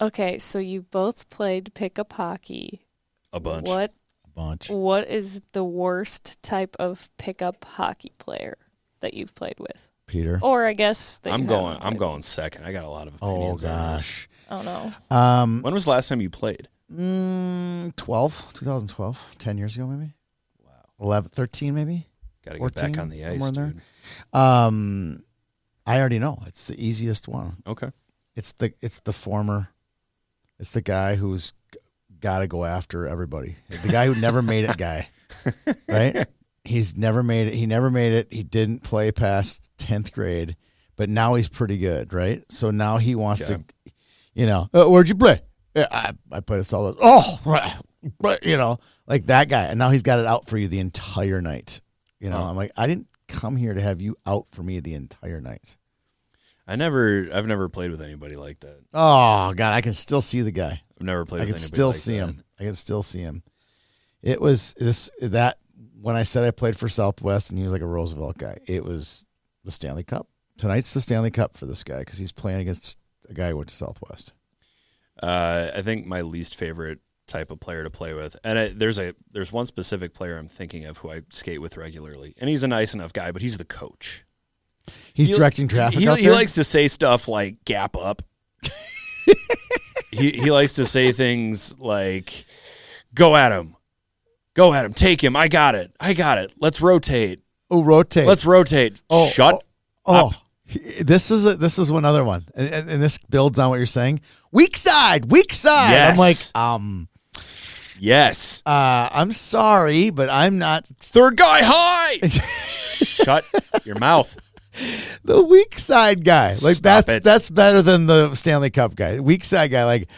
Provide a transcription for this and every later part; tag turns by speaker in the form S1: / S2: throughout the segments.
S1: Okay, so you both played pickup hockey.
S2: A bunch.
S1: What
S3: A bunch.
S1: what is the worst type of pickup hockey player that you've played with?
S3: Peter.
S1: Or I guess that
S2: I'm
S1: you
S2: going.
S1: haven't
S2: I'm
S1: played.
S2: going second. Oh, I got a lot of
S3: Oh
S2: opinions. on this.
S3: gosh.
S1: Oh no.
S3: Um,
S2: When was the last time you played?
S3: mm, 12, 2012, 10 years ago maybe. Wow. 11, 13 maybe.
S2: Got to get
S3: 14,
S2: back on the
S3: somewhere
S2: ice,
S3: in there.
S2: dude.
S3: Um, I already know it's the easiest one.
S2: Okay.
S3: It's the it's the former. It's the guy who's got to go after everybody. The guy who never made it guy. Right? He's never made it. He never made it. He didn't play past 10th grade, but now he's pretty good, right? So now he wants
S2: Okay.
S3: to you know, "Uh, where'd you play? "Yeah, I I played a solid. Oh, right. Right," you know, like that guy. And now he's got it out for you the entire night. You know,
S2: Wow.
S3: I'm like, I didn't come here to have you out for me the entire night.
S2: I never. I've never played with anybody like that.
S3: Oh God, I can still see the guy.
S2: I've never played.
S3: I
S2: with
S3: can
S2: anybody
S3: still
S2: like
S3: see
S2: that.
S3: him. I can still see him. It was this that when I said I played for Southwest and he was like a Roosevelt guy. It was the Stanley Cup. Tonight's the Stanley Cup for this guy because he's playing against a guy who went to Southwest.
S2: Uh, I think my least favorite type of player to play with, and I, there's a there's one specific player I'm thinking of who I skate with regularly, and he's a nice enough guy, but he's the coach.
S3: He's
S2: He-
S3: directing traffic.
S2: He,
S3: out
S2: he
S3: there.
S2: likes to say stuff like "gap up." he he likes to say things like, "Go at him, go at him, take him. I got it, I got it. Let's rotate,
S3: oh rotate.
S2: let's rotate.
S3: Oh,
S2: Shut."
S3: oh. he- This is a, this is one other one, and, and, and this builds on what you're saying. Weak side, weak side. I'm like,
S2: Yes.
S3: um,
S2: Yes,
S3: uh, I'm sorry, but I'm not
S2: third guy high. Shut your mouth.
S3: the weak side guy. Like
S2: Stop
S3: that's
S2: it.
S3: that's better than the Stanley Cup guy. Weak side guy. Like,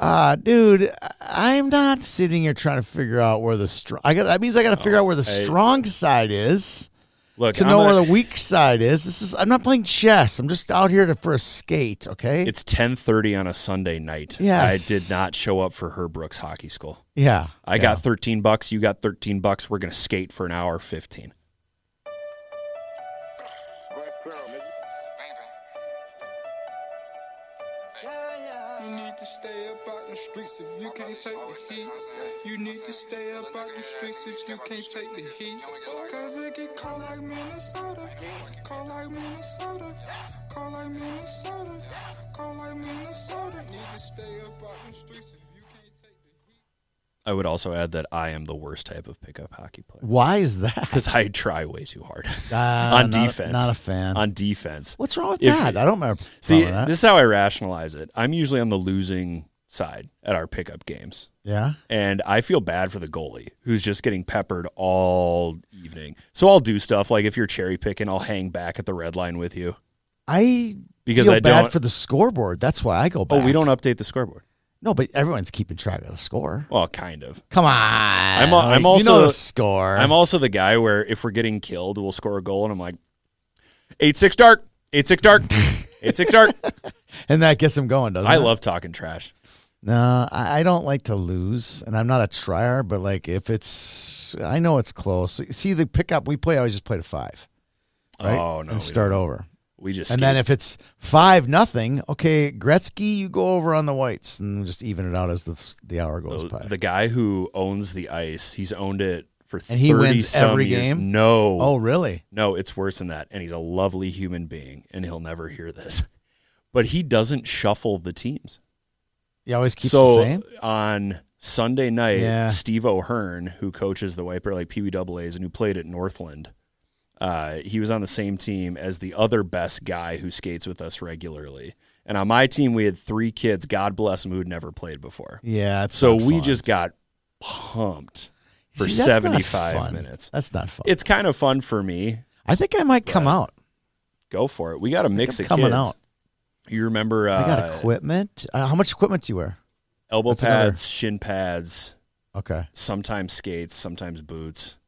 S3: ah, dude, I'm not sitting here trying to figure out where the strong. I got that means I got to figure out where the
S2: Oh, I-
S3: strong side is
S2: Look,
S3: to
S2: I'm
S3: know
S2: a-
S3: where the weak side is. This is I'm not playing chess. I'm just out here to, for a skate. Okay.
S2: It's ten thirty on a Sunday night.
S3: Yes.
S2: I did not show up for Herbrooks Hockey School.
S3: yeah.
S2: I got thirteen bucks. You got thirteen bucks. We're gonna skate for an hour fifteen.
S4: You need to stay up out in the streets if you can't take the heat. You need to stay up out in the streets if you can't take the heat. Cause it get cold like Minnesota. Cold like Minnesota. Cold like Minnesota. Cold like Minnesota. Need to stay up out in the streets if you can't take the heat.
S2: I would also add that I am the worst type of pickup hockey player
S3: Why is that?
S2: because I try way too hard
S3: Ah,
S2: on
S3: not-
S2: defense.
S3: Not a fan.
S2: on defense.
S3: What's wrong with
S2: If-
S3: that? I don't remember.
S2: See,
S3: wrong with that.
S2: this is how I rationalize it. I'm usually on the losing side at our pickup games.
S3: yeah.
S2: and I feel bad for the goalie who's just getting peppered all evening. So I'll do stuff like if you're cherry picking, I'll hang back at the red line with you
S3: I
S2: because
S3: feel
S2: I
S3: bad
S2: don't.
S3: for the scoreboard. That's why I go back.
S2: oh, we don't update the scoreboard.
S3: No, but everyone's keeping track of the score.
S2: Well, kind of.
S3: Come on. I'm,
S2: al- I'm also-
S3: you know the score.
S2: I'm also the guy where if we're getting killed, we'll score a goal, and I'm like, eight six dark, eight six dark, eight six dark.
S3: and that gets him going, doesn't
S2: I
S3: it?
S2: love talking trash.
S3: No, I, I don't like to lose, and I'm not a trier. But like, if it's, I know it's close. See the pickup we play. I always just play to five, right?
S2: Oh no, we
S3: and start
S2: don't.
S3: over.
S2: We just
S3: And then
S2: skate.
S3: if it's five nothing, okay, Gretzky, you go over on the whites and just even it out as the the hour goes
S2: So
S3: by.
S2: the guy who owns the ice, he's owned it for
S3: And he
S2: 30
S3: wins
S2: some
S3: every
S2: years.
S3: game?
S2: No,
S3: oh, really?
S2: No, it's worse than that. And he's a lovely human being, and he'll never hear this. But he doesn't shuffle the teams.
S3: You always keep
S2: so
S3: the same.
S2: on Sunday night,
S3: Yeah.
S2: Steve O'Hearn, who coaches the White Bear Lake PBAAs and who played at Northland, uh, he was on the same team as the other best guy who skates with us regularly. And on my team, we had three kids, God bless them, who had never played before.
S3: Yeah. It's
S2: So
S3: not
S2: we
S3: fun.
S2: just got pumped for
S3: See, that's not
S2: 75
S3: fun.
S2: minutes.
S3: That's not fun.
S2: It's kind of fun for me
S3: I think I might come out.
S2: go for it. We got a mix
S3: I'm
S2: of
S3: coming
S2: kids.
S3: out.
S2: You remember
S3: I got
S2: uh,
S3: equipment. Uh, how much equipment do you wear?
S2: elbow
S3: That's
S2: pads,
S3: another-
S2: shin pads,
S3: Okay.
S2: sometimes skates, sometimes boots,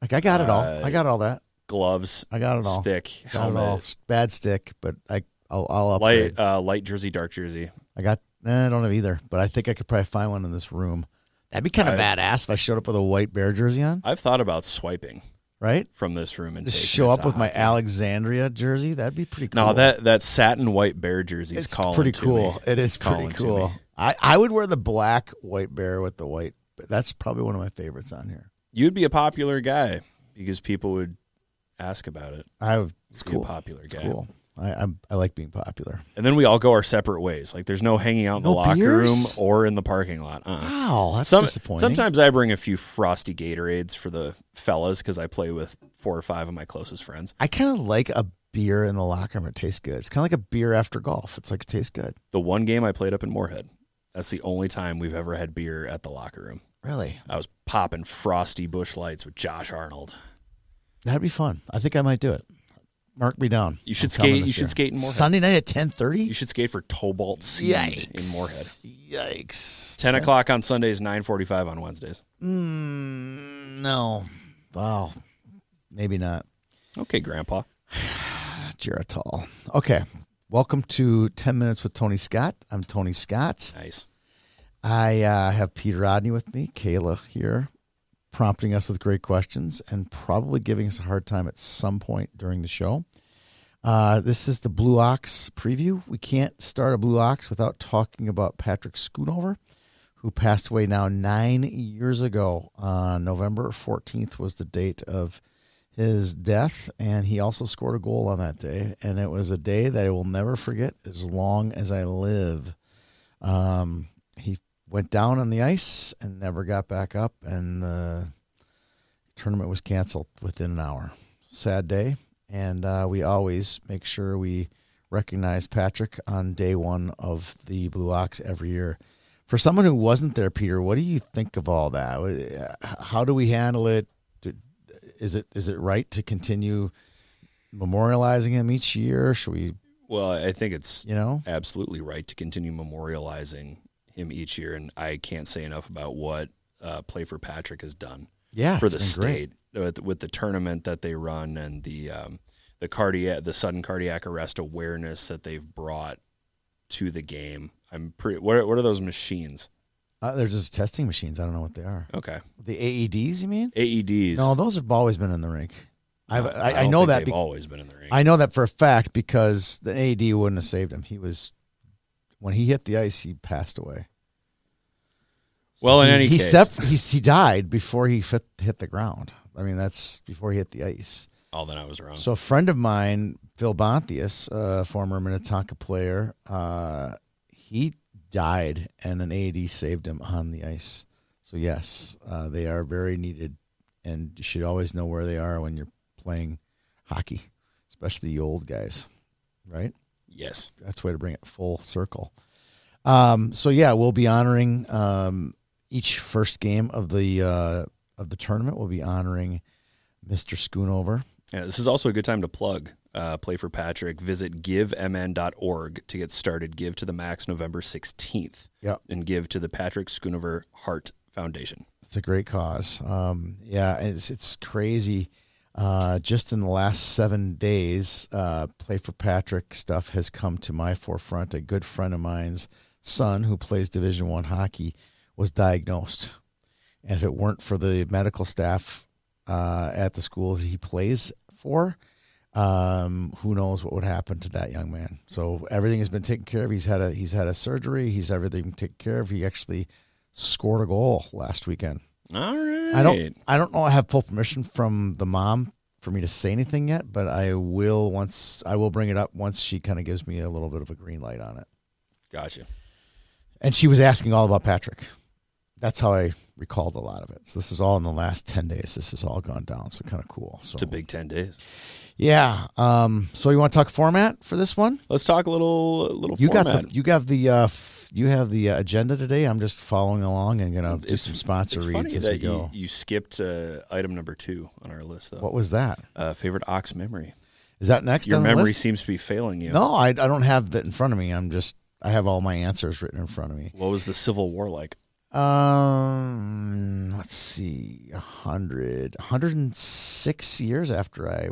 S3: Like I got it all.
S2: Uh,
S3: I got all that.
S2: gloves,
S3: I got it all.
S2: stick,
S3: Got it all.
S2: helmet,
S3: Bad stick, but I I'll, I'll upgrade.
S2: light uh, light jersey, dark jersey.
S3: I got. eh, I don't have either, but I think I could probably find one in this room. That'd be kind of
S2: I-
S3: badass if I showed up with a white bear jersey on.
S2: I've thought about swiping.
S3: right?
S2: from this room and
S3: Just
S2: take
S3: show
S2: it
S3: up
S2: to
S3: with my
S2: hockey.
S3: Alexandria jersey. That'd be pretty cool.
S2: No, that that satin white bear jersey is
S3: it's
S2: calling
S3: pretty
S2: to
S3: cool.
S2: me.
S3: It is
S2: It's calling
S3: pretty
S2: to
S3: cool.
S2: me.
S3: I, I would wear the black white bear with the white. But that's probably one of my favorites on here.
S2: You'd be a popular guy because people would ask about it.
S3: I would- it's
S2: Be a
S3: cool.
S2: popular guy.
S3: Cool. I, I'm, I like being popular.
S2: And then we all go our separate ways. Like there's no hanging out in
S3: No
S2: the locker
S3: beers?
S2: room or in the parking lot. Uh-uh.
S3: Wow, that's
S2: Some-
S3: disappointing.
S2: Sometimes I bring a few frosty Gatorades for the fellas because I play with four or five of my closest friends.
S3: I kind of like a beer in the locker room. It tastes good. It's kind of like a beer after golf. It's like it tastes good.
S2: The one game I played up in Moorhead, that's the only time we've ever had beer at the locker room.
S3: Really,
S2: I was popping frosty bush lights with Josh Arnold.
S3: that'd be fun. I think I might do it. Mark me down.
S2: You should
S3: I'm coming
S2: skate-
S3: this
S2: you should
S3: year.
S2: skate in Moorhead.
S3: Sunday night at ten
S2: You
S3: thirty.
S2: should skate for Tobalt Seed in Moorhead.
S3: Yikes.
S2: 10 o'clock on Sundays, 9.45 on Wednesdays.
S3: Mm, no. Wow. Maybe not.
S2: Okay, Grandpa.
S3: Not Geritol. Okay. Welcome to Ten Minutes with Tony Scott. I'm Tony Scott.
S2: Nice.
S3: I uh, have Peter Rodney with me, Kayla here, prompting us with great questions and probably giving us a hard time at some point during the show. Uh, this is the Blue Ox preview. We can't start a Blue Ox without talking about Patrick Schoonover, who passed away now nine years ago. Uh, November 14th was the date of his death, and he also scored a goal on that day. And it was a day that I will never forget as long as I live. Um, he went down on the ice and never got back up, and the tournament was canceled within an hour. Sad day. And uh, we always make sure we recognize Patrick on day one of the Blue Ox every year. For someone who wasn't there, Peter, what do you think of all that? uh, How do we handle it? Do- Is it is it right to continue memorializing him each year? Should we,
S2: Well, I think it's
S3: you know?
S2: absolutely right to continue memorializing him each year, and I can't say enough about what uh, Play for Patrick has done
S3: Yeah,
S2: for the
S3: it's been great.
S2: state with, with the tournament that they run and the um, the cardiac the sudden cardiac arrest awareness that they've brought to the game. I'm pretty. What are, what are those machines?
S3: Uh, they're just testing machines. I don't know what they are.
S2: Okay,
S3: The AEDs, you mean?
S2: AEDs.
S3: No, those have always been in the rink. I've, I, I,
S2: don't
S3: know
S2: think
S3: that.
S2: they've
S3: be-
S2: always been in the ring.
S3: I know that for a fact because the AED wouldn't have saved him. He was when he hit the ice, he passed away.
S2: well, in
S3: he,
S2: any
S3: he
S2: case,
S3: stepped- he, he died before he fit, hit the ground. I mean, that's before he hit the ice.
S2: oh, then I was wrong.
S3: So a friend of mine, Phil Bontius, uh, former Minnetonka player, uh, he died, and an AED saved him on the ice. So yes, uh, they are very needed, and you should always know where they are when you're playing hockey, especially the old guys, right?
S2: yes,
S3: that's the way to bring it full circle. Um, so yeah, we'll be honoring um, each first game of the uh, of the tournament. We'll be honoring Mr. Schoonover.
S2: Yeah, this is also a good time to plug. Uh, play for Patrick. Visit givemn.org to get started. Give to the max November 16th
S3: Yep.
S2: and give to the Patrick Schoonover Heart Foundation.
S3: It's a great cause. Um, yeah, it's it's crazy. Uh, just in the last seven days, uh, Play for Patrick stuff has come to my forefront. A good friend of mine's son, who plays Division One hockey, was diagnosed, and if it weren't for the medical staff uh, at the school that he plays for, um, who knows what would happen to that young man? So everything has been taken care of. He's had a he's had a surgery. He's everything taken care of. He actually scored a goal last weekend.
S2: All right.
S3: I don't I don't know I have full permission from the mom for me to say anything yet, but I will once I will bring it up once she kind of gives me a little bit of a green light on it.
S2: Gotcha.
S3: And she was asking all about Patrick. That's how I recalled a lot of it. So this is all in the last 10 days. This has all gone down. So kind of cool. So
S2: It's a big 10 days.
S3: Yeah. Um so you want to talk format for this one?
S2: Let's talk a little little
S3: You
S2: format.
S3: got the you got the uh f- you have the uh, agenda today. I'm just following along and going to do some sponsor
S2: it's
S3: reads
S2: funny
S3: as
S2: that
S3: we go.
S2: You, you skipped uh, item number two on our list, though.
S3: what was that?
S2: Uh, favorite ox memory.
S3: Is that next
S2: Your
S3: on the
S2: memory
S3: list?
S2: seems to be failing you.
S3: No, I, I don't have that in front of me. I'm just I have all my answers written in front of me.
S2: What was the Civil War like?
S3: Um, let's see, 100, 106 years after I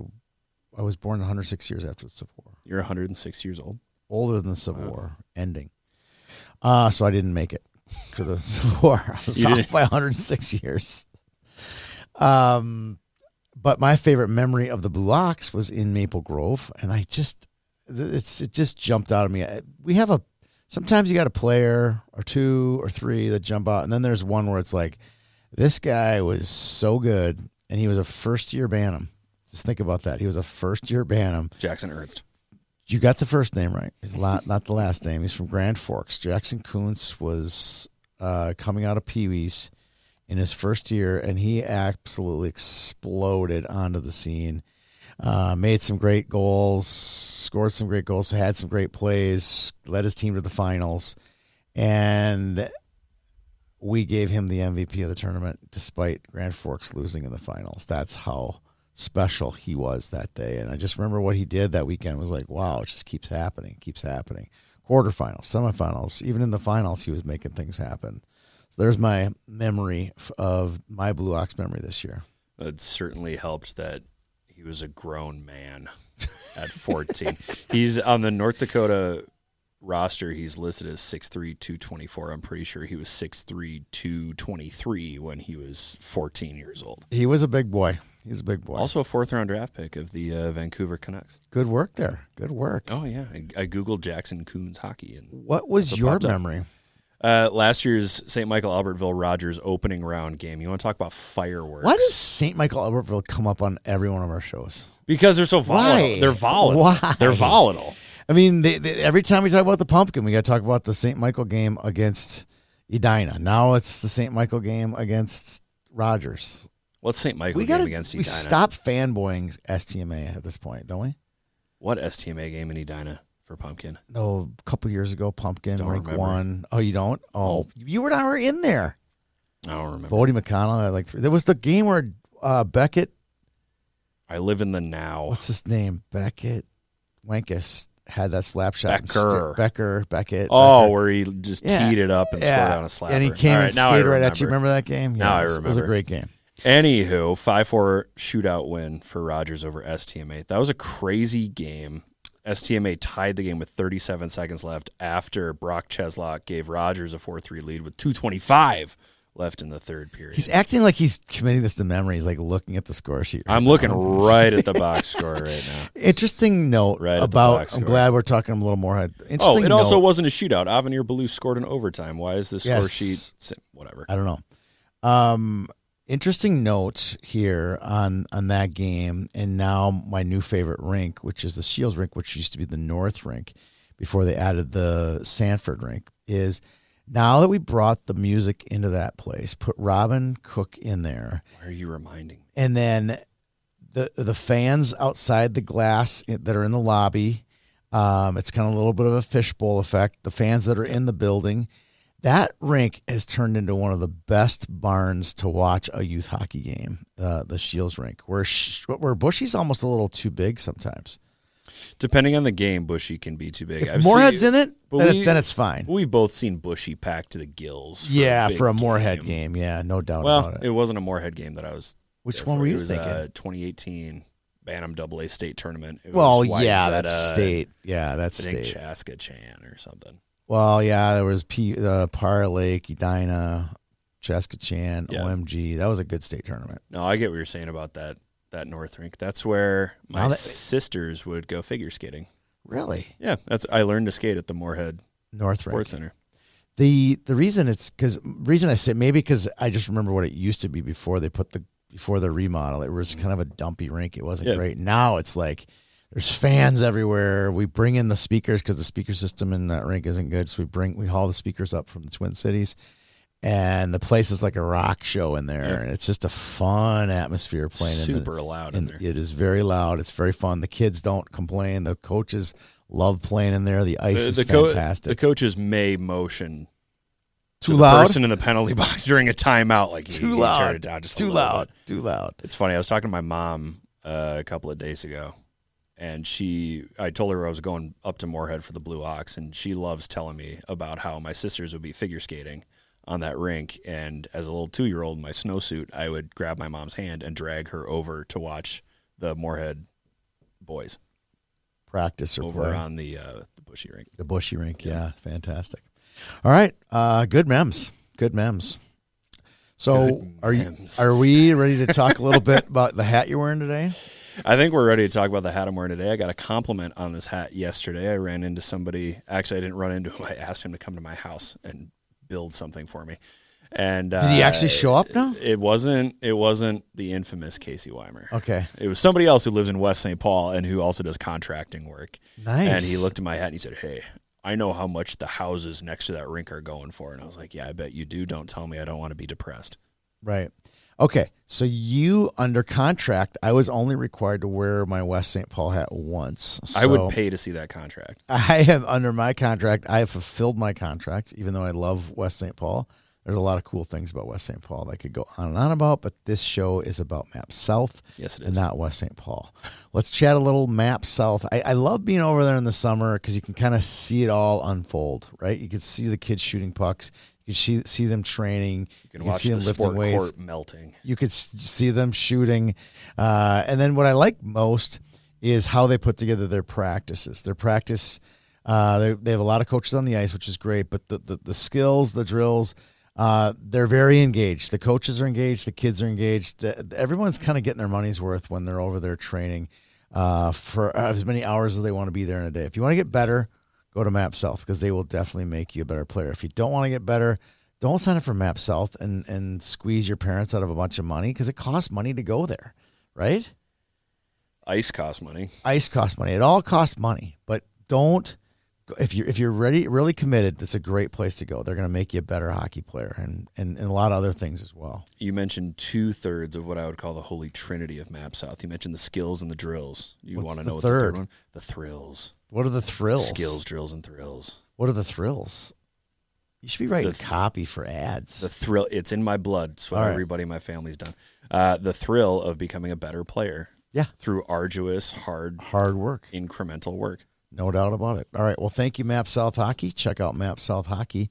S3: I was born. 106 years after the Civil War,
S2: You're 106 years old.
S3: older than the Civil
S2: Wow.
S3: War ending. Uh so I didn't make it to the Civil War. I was
S2: You
S3: off
S2: didn't-
S3: by 106 years. Um, But my favorite memory of the Blue Ox was in Maple Grove, and I just th- it's it just jumped out of me. I- We have a sometimes you got a player or two or three that jump out, and then there's one where it's like this guy was so good, and he was a first year Bantam. Just think about that. He was a first year Bantam.
S2: Jackson Ernst.
S3: You got the first name right. It's not not the last name. He's from Grand Forks. Jackson Koontz was uh, coming out of Pee Wee's in his first year, and he absolutely exploded onto the scene. Uh, made some great goals, scored some great goals, had some great plays, led his team to the finals, and we gave him the MVP of the tournament despite Grand Forks losing in the finals. That's how special he was that day. And I just remember what he did that weekend was like, wow, it just keeps happening, keeps happening. Quarterfinals, semifinals, even in the finals, he was making things happen. So there's my memory f- of my Blue Ox memory this year.
S2: It certainly helped that he was a grown man at 14. he's on the North Dakota roster. He's listed as 6'3", 224. I'm pretty sure he was 6'3", 223 when he was 14 years old.
S3: He was a big boy. He's a big boy.
S2: Also a fourth round draft pick of the uh, Vancouver Canucks.
S3: good work there. Good work.
S2: Oh yeah, I, I googled Jackson Coons hockey and
S3: What was
S2: That's what
S3: your
S2: popped up.
S3: memory?
S2: uh, last year's St. Michael Albertville Rogers opening round game. You want to talk about fireworks?
S3: Why does St. Michael Albertville come up on every one of our shows?
S2: Because they're so volatile.
S3: Why?
S2: They're volatile.
S3: Why?
S2: They're volatile.
S3: I mean, they, they, every time we talk about the pumpkin, we got to talk about the St. Michael game against Edina. Now it's the St. Michael game against Rogers.
S2: What's St. Michael
S3: We
S2: game
S3: got to
S2: against
S3: we
S2: Edina?
S3: stop fanboying STMA at this point, don't we?
S2: What STMA game in Edina for Pumpkin?
S3: No, a couple years ago, pumpkin
S2: Don't
S3: rank
S2: remember.
S3: one. Oh, you don't? Oh, you were not in there.
S2: I don't remember.
S3: Bodie McConnell had like three. There was the game where uh, Beckett,
S2: I live in the now.
S3: what's his name? Beckett Wankus had that slap shot. and
S2: Becker.
S3: stu- Becker, Beckett.
S2: Oh,
S3: Becker.
S2: where he just
S3: Yeah.
S2: teed it up and scored on a slapper.
S3: And he came
S2: All
S3: and
S2: now I
S3: skated right at you. Remember that game?
S2: Now I
S3: it was- It was a
S2: remember.
S3: great game.
S2: Anywho, five four shootout win for Rogers over STMA. That was a crazy game. STMA tied the game with 37 seconds left after Brock Cheslock gave Rogers a 4-3 lead with 2:25 left in the third period.
S3: He's acting like he's committing this to memory. He's like looking at the score sheet.
S2: I'm looking right at the box score right now.
S3: Interesting note
S2: Right at the box
S3: about. I'm
S2: score.
S3: glad we're talking a little more. Interesting
S2: Oh, it
S3: note,
S2: also wasn't a shootout. Avenir Ballou scored in overtime. Why is this score
S3: Yes.
S2: sheet si- whatever?
S3: I don't know. Um, interesting note here on on that game, and now my new favorite rink, which is the Shields rink, which used to be the North rink before they added the Sanford rink, is now that we brought the music into that place, put Robin Cook in there.
S2: Why are you reminding me?
S3: and then the the fans outside the glass that are in the lobby. Um, it's kind of a little bit of a fishbowl effect. The fans that are in the building, that rink has turned into one of the best barns to watch a youth hockey game. Uh, the Shields rink, where sh- where Bushy's almost a little too big sometimes.
S2: Depending on the game, Bushy can be too big. I've
S3: If Moorhead's
S2: seen-
S3: in it,
S2: but
S3: then,
S2: we-
S3: it, then it's fine.
S2: We've both seen Bushy packed to the gills.
S3: yeah,
S2: big
S3: for a Moorhead game. Yeah, no doubt
S2: Well,
S3: about it.
S2: it wasn't a Moorhead game that I was.
S3: Which
S2: there
S3: one
S2: for.
S3: were
S2: It
S3: you
S2: was,
S3: thinking?
S2: Uh, 2018 Bantam Double A State Tournament. It
S3: well,
S2: was
S3: yeah,
S2: White's
S3: that's
S2: at, uh,
S3: state. Yeah, that's
S2: I think
S3: state.
S2: Chaska Chan or something.
S3: Well, yeah, there was P, uh, Par Lake, Edina, Chaskachan,
S2: Yeah.
S3: OMG. That was a good state tournament.
S2: No, I get what you're saying about that that North Rink. That's where my
S3: Now that-
S2: sisters would go figure skating.
S3: Really,
S2: Yeah, that's I learned to skate at the Moorhead
S3: North
S2: Sports
S3: Rink.
S2: Center.
S3: The the reason it's because reason I say maybe because I just remember what it used to be before they put the before the remodel. It was kind of a dumpy rink. It wasn't
S2: Yeah.
S3: great. Now it's like there's fans everywhere. We bring in the speakers because the speaker system in that rink isn't good. So we bring we haul the speakers up from the Twin Cities. And the place is like a rock show in there,
S2: Yeah.
S3: and it's just a fun atmosphere playing. in the,
S2: Super loud in
S3: and
S2: there.
S3: it is very loud. It's very fun. The kids don't complain. The coaches love playing in there. The ice is
S2: the, co- the
S3: fantastic.
S2: coaches may motion to
S3: too
S2: the
S3: loud.
S2: person in the penalty box during a timeout. Like you-
S3: Too
S2: you turn
S3: loud.
S2: it down just a
S3: Too
S2: little bit.
S3: loud. Too loud.
S2: It's funny. I was talking to my mom uh, a couple of days ago, and she, I told her I was going up to Moorhead for the Blue Ox, and she loves telling me about how my sisters would be figure skating on that rink, and as a little two-year-old in my snowsuit, I would grab my mom's hand and drag her over to watch the Moorhead boys
S3: Practice or
S2: over
S3: play.
S2: on the uh, the bushy rink.
S3: The bushy rink. Yeah, fantastic. All right. Uh, good mems. Good mems. So are you,
S2: mems.
S3: are we ready to talk a little bit about the hat you're wearing today?
S2: I think we're ready to talk about the hat I'm wearing today. I got a compliment on this hat yesterday. I ran into somebody. Actually, I didn't run into him. I asked him to come to my house and build something for me. And uh,
S3: Did he actually show up now?
S2: It wasn't. It wasn't the infamous Casey Weimer.
S3: Okay.
S2: It was somebody else who lives in West St. Paul and who also does contracting work.
S3: Nice.
S2: And he looked at my hat and he said, "Hey, I know how much the houses next to that rink are going for." And I was like, "Yeah, I bet you do. Don't tell me. I don't want to be depressed."
S3: Right. Okay. So you under contract, I was only required to wear my West St. Paul hat once.
S2: I
S3: So
S2: would pay to see that contract.
S3: I have under my contract. I have fulfilled my contract, even though I love West St. Paul. There's a lot of cool things about West St. Paul that I could go on and on about, but this show is about Map South.
S2: Yes, it
S3: And
S2: is.
S3: not West St. Paul. Let's chat a little Map South. I, I love being over there in the summer because you can kind of see it all unfold, right? You can see the kids shooting pucks. You can see, see them training.
S2: You can watch the sport court melting.
S3: You could s- see them shooting. Uh, and then what I like most is how they put together their practices. Their practice, uh, they, they have a lot of coaches on the ice, which is great, but the, the, the skills, the drills, uh, they're very engaged. The coaches are engaged, the kids are engaged. The, everyone's kind of getting their money's worth when they're over there training uh, for as many hours as they want to be there in a day. If you want to get better, go to Map South because they will definitely make you a better player. If you don't want to get better, don't sign up for Map South and and squeeze your parents out of a bunch of money because it costs money to go there, right?
S2: Ice costs money.
S3: Ice costs money. It all costs money, but don't if you're if you're ready really committed. That's a great place to go. They're going to make you a better hockey player and, and and a lot of other things as well.
S2: you mentioned two thirds of what I would call the holy trinity of Map South. You mentioned the skills and the drills. You
S3: What's
S2: want to
S3: the
S2: know what the
S3: third?
S2: third one? The thrills,
S3: What are the thrills?
S2: skills, drills, and thrills.
S3: What are the thrills? You should be writing
S2: The th-
S3: copy for ads.
S2: The thrill. It's in my blood. It's what
S3: All right.
S2: everybody in my family's done. Uh, the thrill of becoming a better player.
S3: Yeah.
S2: Through arduous, hard,
S3: Hard work.
S2: incremental work.
S3: No doubt about it. All right. Well, thank you, Map South Hockey. Check out Map South Hockey.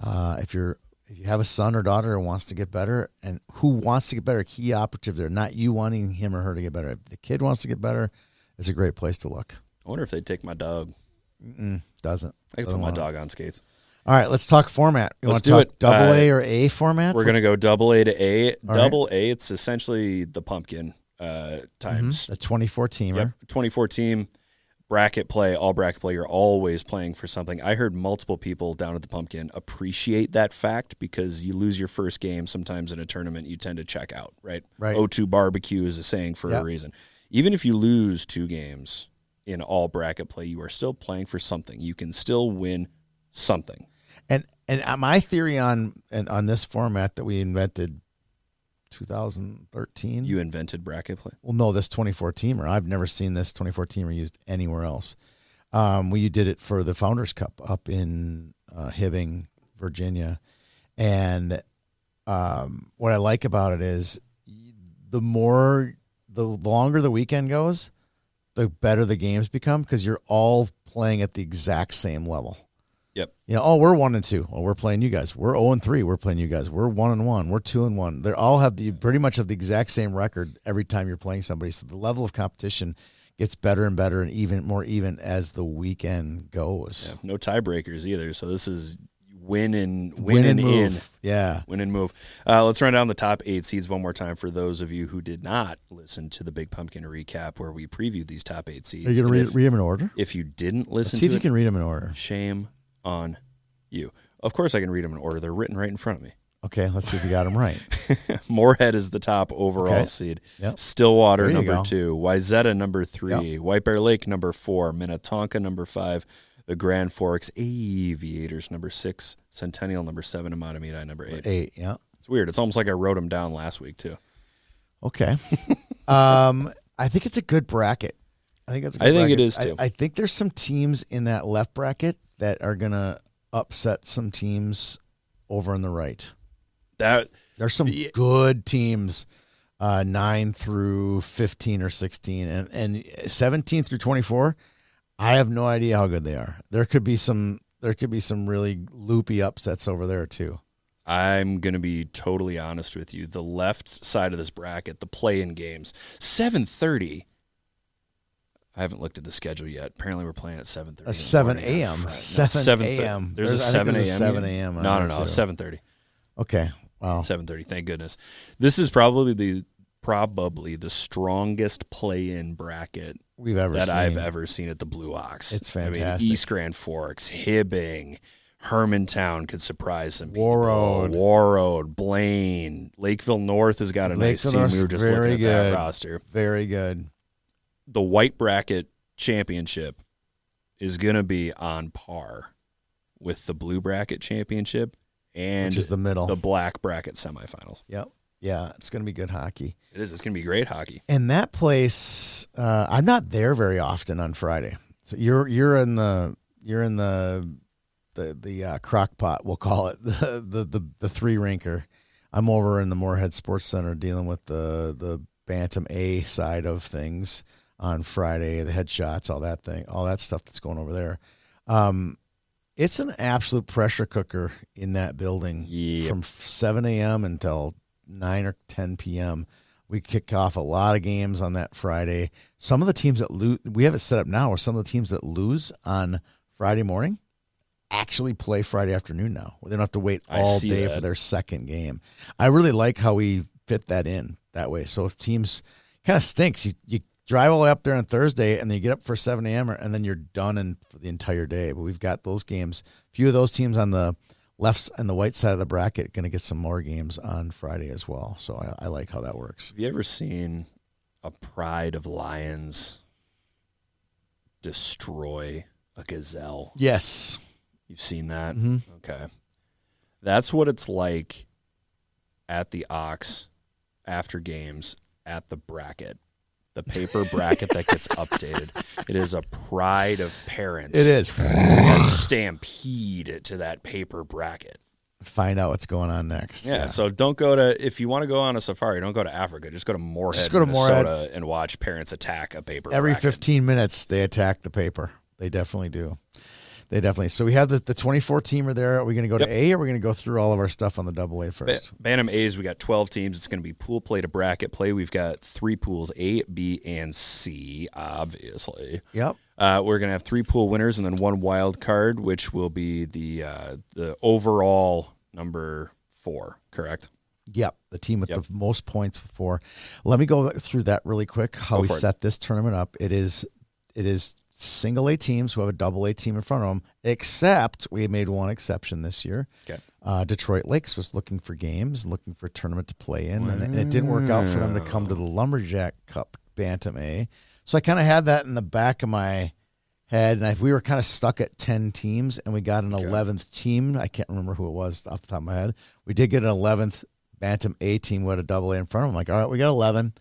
S3: Uh, if you're if you have a son or daughter who wants to get better, and who wants to get better, key operative there, not you wanting him or her to get better. If the kid wants to get better, it's a great place to look.
S2: I wonder if they'd take my dog.
S3: Doesn't.
S2: I could
S3: Doesn't
S2: put my
S3: wanna-
S2: dog on skates.
S3: All right, let's talk format. You
S2: Let's
S3: want to
S2: do
S3: talk
S2: it.
S3: double
S2: Uh,
S3: A or A formats?
S2: We're gonna go double A to A.
S3: right.
S2: double A. It's essentially the pumpkin uh, times
S3: Mm-hmm. a 24 teamer.
S2: Yep. 24 team bracket play, all bracket play. You're always playing for something. I heard multiple people down at the Pumpkin appreciate that fact because you lose your first game sometimes in a tournament, you tend to check out, right?
S3: Right.
S2: O2 barbecue is a saying for
S3: Yep.
S2: a reason. Even if you lose two games in all bracket play, you are still playing for something. You can still win something.
S3: And and uh, my theory on and on this format that we invented 2013.
S2: You invented bracket play.
S3: Well, no, this 24 teamer. I've never seen this 24 teamer used anywhere else. Um, well, you did it for the Founders Cup up in uh, Hibbing, Virginia, and um, what I like about it is the more the longer the weekend goes, the better the games become because you're all playing at the exact same level.
S2: Yep.
S3: You know, oh, we're one and two. Oh, we're playing you guys. We're zero and three. We're playing you guys. We're one and one. We're two and one. They all have the pretty much have the exact same record every time you're playing somebody. So the level of competition gets better and better and even more even as the weekend goes.
S2: Yeah. No tiebreakers either. So this is win and win,
S3: Win
S2: and
S3: and move.
S2: in.
S3: Yeah.
S2: win and move. Uh, let's run down the top eight seeds one more time for those of you who did not listen to the Big Pumpkin recap where we previewed these top eight seeds.
S3: Are you gonna
S2: And
S3: read,
S2: if,
S3: read them in order?
S2: if you didn't
S3: Let's
S2: listen
S3: see if
S2: to
S3: you
S2: it,
S3: can read them in order.
S2: shame on you. Of course, I can read them in order. They're written right in front of me.
S3: Okay, let's see if you got them right.
S2: Moorhead is the top overall
S3: Okay.
S2: seed.
S3: Yep. There
S2: Stillwater
S3: you
S2: number
S3: go.
S2: two. Wyzetta number three. White Bear Lake number four. Minnetonka number five. The Grand Forks Aviators number six. Centennial number seven. And Matamidi number eight.
S3: Eight. Yeah.
S2: It's weird. It's almost like I wrote them down last week too.
S3: Okay. um, I think it's a good bracket. I think that's. A good
S2: I think it
S3: bracket.
S2: is, too.
S3: I, I think there's some teams in that left bracket that are gonna upset some teams over on the right.
S2: That
S3: There's some
S2: Yeah.
S3: good teams, uh, nine through fifteen or sixteen, and and seventeen through twenty four. I have no idea how good they are. There could be some. There could be some really loopy upsets over there too.
S2: I'm going to be totally honest with you. The left side of this bracket, the play-in games, 7:30. I haven't looked at the schedule yet. Apparently, we're playing at 7:30. in the morning.
S3: 7 a.m..
S2: Fri- no,
S3: 7
S2: 7:30.
S3: a.m..
S2: There's,
S3: There's-
S2: a
S3: I think Oh.
S2: 7 a.m.
S3: there's a 7 a.m.
S2: No, no,
S3: on
S2: no,
S3: there, too.
S2: 7:30.
S3: Okay, Wow.
S2: Seven thirty. Thank goodness. This is probably the probably the strongest play-in bracket
S3: We've ever
S2: that
S3: seen.
S2: I've ever seen at the Blue Ox.
S3: It's
S2: I mean,
S3: fantastic.
S2: East Grand Forks, Hibbing, Hermantown could surprise some
S3: Warroad.
S2: people. Warroad, Blaine, Lakeville North has got a nice
S3: Lakeville
S2: team.
S3: North's
S2: we were just
S3: very
S2: looking at that
S3: good.
S2: roster.
S3: Very good.
S2: The white bracket championship is going to be on par with the blue bracket championship and
S3: Which is the middle.
S2: the black bracket semifinals.
S3: Yep. Yeah, it's going to be good hockey.
S2: It is. It's going to be great hockey.
S3: And that place, uh, I'm not there very often on Friday. So you're you're in the you're in the the the uh, crock pot, we'll call it the the the, the three rinker. I'm over in the Moorhead Sports Center dealing with the the Bantam A side of things on Friday, the headshots, all that thing, all that stuff that's going over there. Um, it's an absolute pressure cooker in that building
S2: Yep.
S3: from 7 a.m. until 9 or 10 p.m. We kick off a lot of games on that Friday. Some of the teams that lose, we have it set up now, where some of the teams that lose on Friday morning actually play Friday afternoon now. They don't have to wait
S2: I
S3: all
S2: see
S3: day
S2: that.
S3: for their second game. I really like how we fit that in that way. So if teams kind of stinks, you, you drive all the way up there on Thursday and then you get up for 7 a.m. or- and then you're done in, for the entire day. But we've got those games. few of those teams on the left and the white side of the bracket going to get some more games on Friday as well. So I, I like how that works.
S2: Have you ever seen a pride of lions destroy a gazelle?
S3: Yes.
S2: You've seen that?
S3: Mhm.
S2: Okay. That's what it's like at the Ox after games at the bracket. The paper bracket that gets updated. It is a pride of parents.
S3: It is.
S2: that stampede to that paper bracket.
S3: Find out what's going on next.
S2: Yeah, So don't go to if you want to go on a safari, don't go to Africa. Just go to Moorhead,
S3: go to
S2: Minnesota, and watch parents attack a paper.
S3: every
S2: bracket.
S3: 15 minutes they attack the paper they definitely do they definitely so we have the, the 24 teamer there are we going to go to a or are we going to go through all of our stuff on the double a
S2: Ba-
S3: first
S2: Bantam A's, we got 12 teams. It's going to be pool play to bracket play. We've got three pools A, B, and C, obviously.
S3: yep
S2: Uh, we're going to have three pool winners and then one wild card, which will be the uh, the overall number four, correct?
S3: yep the team with
S2: Yep.
S3: the most points for let me go through that really quick how
S2: Go
S3: we
S2: for it.
S3: set this tournament up it is it is single a teams who have a double a team in front of them except we made one exception this year
S2: Okay.
S3: uh, Detroit Lakes was looking for games, looking for a tournament to play in, and, and it didn't work out for them to come to the Lumberjack Cup Bantam A. So I kind of had that in the back of my head, and I, we were kind of stuck at ten teams, and we got an eleventh team. I can't remember who it was off the top of my head. We did get an eleventh Bantam A team with a double A in front of them. Like, all right, we got eleven.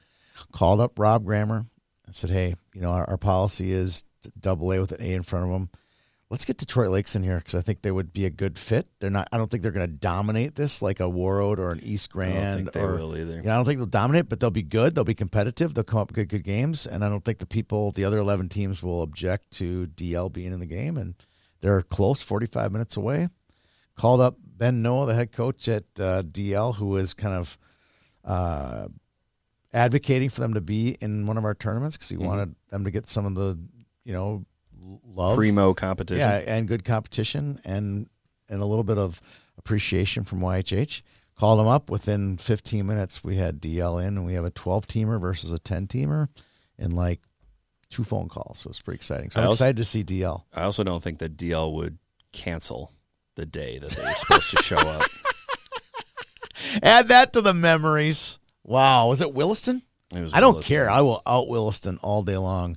S3: Called up Rob Grammer and said, hey, you know, our, our policy is double A with an A in front of them let's get Detroit Lakes in here because I think they would be a good fit. They're not. I don't think they're going to dominate this like a Warroad or an East
S2: I
S3: Grand.
S2: don't think they
S3: or,
S2: will either.
S3: Yeah, I don't think they'll dominate, but they'll be good. They'll be competitive. They'll come up with good, good games. And I don't think the people, the other eleven teams, will object to DL being in the game. And they're close, forty-five minutes away. Called up Ben Noah, the head coach at uh, DL, who is kind of uh, advocating for them to be in one of our tournaments because he wanted them to get some of the, you know, l- love
S2: Primo competition.
S3: yeah, and good competition and and a little bit of appreciation from YHH. Called them up within 15 minutes. We had DL in, and we have a 12 teamer versus a 10 teamer, and like two phone calls. So it's pretty exciting. So
S2: I
S3: I'm
S2: also-
S3: excited to see DL.
S2: I also don't think that DL would cancel the day that they were supposed to show up.
S3: Add that to the memories. Wow, was it Williston?
S2: It was
S3: I don't
S2: Williston.
S3: care. I will out Williston all day long.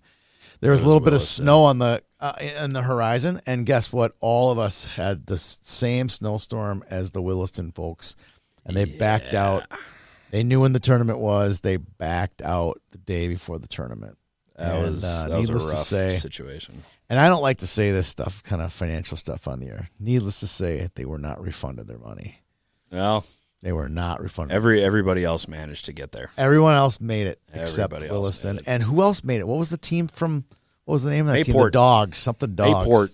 S3: There was,
S2: It
S3: a
S2: was
S3: little bit of
S2: Williston.
S3: snow on the uh, in the horizon, and guess what? All of us had the s- same snowstorm as the Williston folks, and they backed out. They knew when the tournament was. They backed out the day before the tournament.
S2: That
S3: And,
S2: was
S3: uh,
S2: that was a rough
S3: needless to say,
S2: situation.
S3: and I don't like to say this stuff, kind of financial stuff on the air. Needless to say, they were not refunded their money.
S2: Well,
S3: They were not refunded.
S2: every everybody else managed to get there.
S3: Everyone else made it except
S2: Everybody else
S3: Williston.
S2: made it.
S3: And who else made it? What was the team from? What was the name of that team? The
S2: Mayport.
S3: Dogs, something Dogs.
S2: Mayport,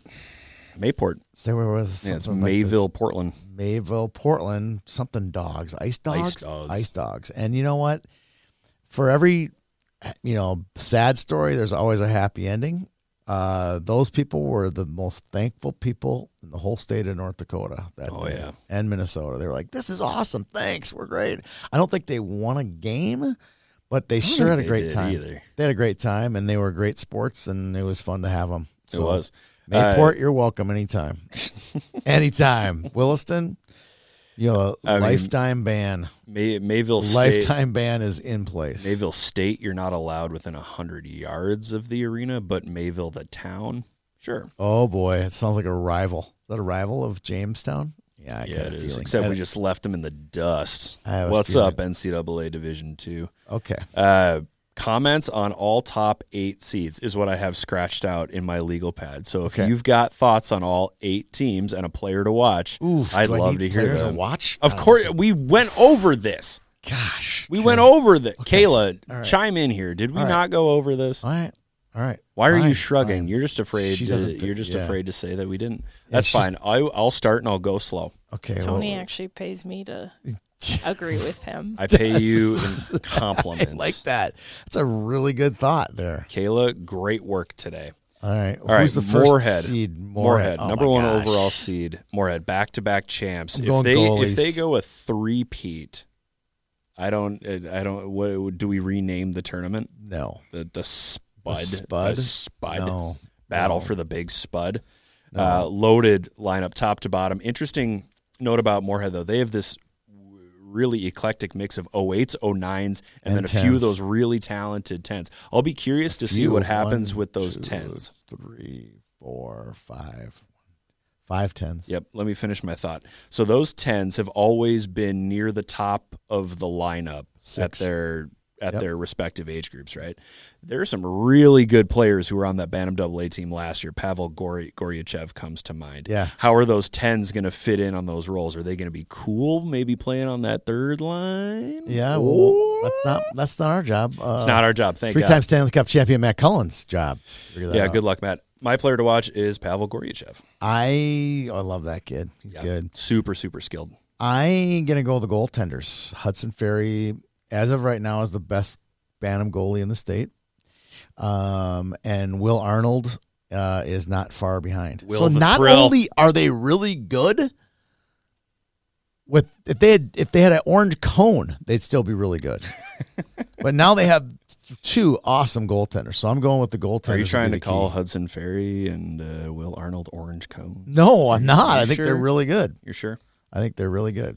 S2: Mayport.
S3: Say where was
S2: Yeah, it's
S3: something like
S2: Mayville,
S3: this.
S2: Portland.
S3: Mayville, Portland, something Dogs, Ice Dogs,
S2: Ice Dogs.
S3: Ice Dogs. And you know what? For every you know sad story, there's always a happy ending. Uh, those people were the most thankful people in the whole state of North Dakota that
S2: Oh,
S3: day,
S2: yeah.
S3: and Minnesota. They were like, "This is awesome! Thanks, we're great." I don't think they won a game, but they
S2: don't
S3: sure had
S2: think
S3: a
S2: they
S3: great
S2: did
S3: time.
S2: either.
S3: They had a great time, and they were great sports, and it was fun to have them.
S2: It was.
S3: Mayport, you're welcome anytime. anytime, Williston. You know, a
S2: I mean,
S3: lifetime ban.
S2: Uh, May, Mayville State.
S3: Lifetime ban is in place.
S2: Mayville State, you're not allowed within hundred yards of the arena, but Mayville, the town, sure.
S3: Oh boy, it sounds like a rival. Is that a rival of Jamestown? Yeah, I
S2: yeah,
S3: got
S2: it
S3: a
S2: is.
S3: feeling.
S2: Except
S3: I-
S2: we just left them in the dust.
S3: I have a
S2: What's
S3: feeling.
S2: up, NCAA Division Two?
S3: okay.
S2: Uh, comments on all top eight seeds is what I have scratched out in my legal pad. So if
S3: Okay.
S2: you've got thoughts on all eight teams and a player to watch, I'd
S3: do I
S2: love
S3: need
S2: to hear
S3: players
S2: them.
S3: watch.
S2: Of
S3: Oh,
S2: course, we went over this.
S3: gosh,
S2: We
S3: okay.
S2: went over this. Kayla,
S3: All right.
S2: chime in here. Did we
S3: All right.
S2: not go over this?
S3: All right, all right.
S2: Why are you
S3: fine,
S2: shrugging?
S3: fine.
S2: You're just afraid.
S3: She
S2: To,
S3: doesn't fi-
S2: you're just
S3: yeah.
S2: afraid to say that we didn't. That's
S3: she's-
S2: fine. I, I'll start and I'll go slow.
S3: Okay,
S1: Tony
S3: well,
S1: actually pays me to agree with him.
S2: uh, I pay you in compliments.
S3: I like that. That's a really good thought there.
S2: Kayla, great work today.
S3: All right,
S2: All right,
S3: who's the first
S2: Moorhead.
S3: seed?
S2: Moorhead,
S3: Oh,
S2: number
S3: my
S2: one
S3: gosh.
S2: overall seed. Moorhead, back to back champs.
S3: I'm
S2: If
S3: going
S2: they
S3: goalies.
S2: if they go a three peat, I don't I don't. What do we rename the tournament?
S3: No,
S2: The the spud
S3: The spud?
S2: The spud.
S3: no.
S2: battle
S3: No.
S2: for the big spud. Uh, loaded lineup top to bottom. Interesting note about Moorhead though, they have this w- really eclectic mix of 08s, 09s, and,
S3: And
S2: then a few of
S3: 10s.
S2: those really talented 10s. I'll be curious to see
S3: Few.
S2: what happens
S3: One,
S2: with those
S3: two,
S2: 10s.
S3: Three, four, five, five tens.
S2: Yep, let me finish my thought. So those 10s have always been near the top of the lineup
S3: Six.
S2: at their at
S3: Yep.
S2: their respective age groups, right? There are some really good players who were on that Bantam Double A team last year. Pavel Gori- Goryachev comes to mind.
S3: Yeah.
S2: How are those tens going to fit in on those roles? Are they going to be cool? Maybe playing on that third line.
S3: Yeah, well,
S2: Ooh.
S3: that's not that's not our job. Uh,
S2: it's not our job. Thank
S3: three
S2: God.
S3: time Stanley Cup champion Matt Cullen's job. Figure that
S2: yeah.
S3: out.
S2: Good luck, Matt. My player to watch is Pavel Goryachev.
S3: I I love that kid. He's
S2: Yeah.
S3: good.
S2: Super, super skilled.
S3: I'm gonna go with the goaltenders. Hudson Ferry, as of right now, is the best Bantam goalie in the state. Um, and Will Arnold uh, is not far behind.
S2: Will
S3: so
S2: the
S3: not
S2: Thrill.
S3: only are they really good, with if they had if they had an orange cone, they'd still be really good. but now they have two awesome goaltenders. So I'm going with the goaltenders.
S2: Are you
S3: would
S2: trying
S3: be
S2: to
S3: the
S2: call
S3: key.
S2: Hudson Ferry and uh, Will Arnold Orange Cone?
S3: No, I'm not.
S2: you
S3: I think they're
S2: sure?
S3: really good.
S2: You're sure?
S3: I think they're really good.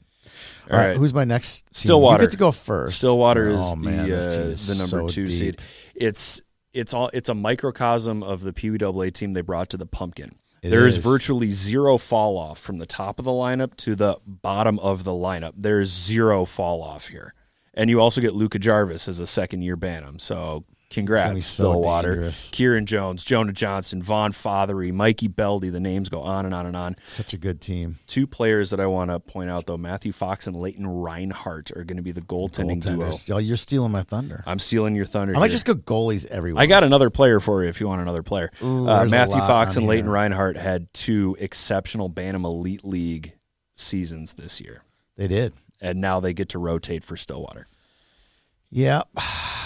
S2: All right.
S3: Who's my next? team?
S2: Stillwater.
S3: You get to go first.
S2: Stillwater is
S3: Oh,
S2: the
S3: man,
S2: uh,
S3: this team is
S2: the number
S3: so
S2: two
S3: deep.
S2: seed. It's it's all it's a microcosm of the PWAA team they brought to the pumpkin.
S3: It
S2: there is.
S3: is.
S2: virtually zero fall off from the top of the lineup to the bottom of the lineup. There is zero fall off here, and you also get Luca Jarvis as a second year Bantam. So
S3: be
S2: congrats,
S3: so
S2: Stillwater,
S3: dangerous.
S2: Kieran Jones, Jonah Johnson, Vaughn Fothery, Mikey Beldy. The names go on and on and on
S3: Such a good team.
S2: two players that I want to point out though, Matthew Fox and Leighton Reinhardt are going to be the goaltending duo.
S3: Goaltenders. Oh, you're stealing my thunder.
S2: I'm stealing your thunder.
S3: I might
S2: here.
S3: just go goalies everywhere.
S2: I got another player for you if you want another player.
S3: Ooh,
S2: uh,
S3: there's a
S2: Matthew
S3: lot
S2: Fox
S3: on
S2: and Leighton
S3: here.
S2: Reinhardt had two exceptional Bantam Elite League seasons this year,
S3: They did.
S2: and now they get to rotate for Stillwater.
S3: Yep.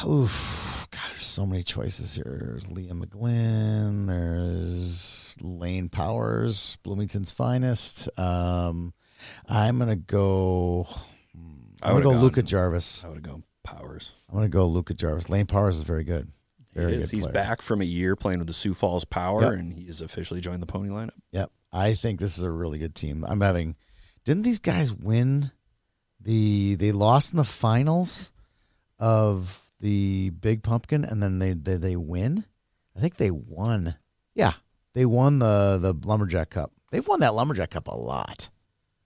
S3: Oof. God, there's so many choices here. There's Liam McGlynn. There's Lane Powers, Bloomington's finest. Um, I'm gonna go.
S2: I
S3: I'm gonna
S2: would've
S3: go
S2: gone-
S3: Luca Jarvis.
S2: I would have gone Powers.
S3: I'm gonna go Luca Jarvis. Lane Powers is very good. Very
S2: He is.
S3: good.
S2: He's
S3: player.
S2: back from a year playing with the Sioux Falls Power,
S3: Yep.
S2: and he has officially joined the Pony lineup.
S3: Yep. I think this is a really good team. I'm having didn't these guys win the they lost in the finals of the Big Pumpkin and then they they, they win? I think they won. Yeah. They won the the Lumberjack Cup. They've won that Lumberjack Cup a lot.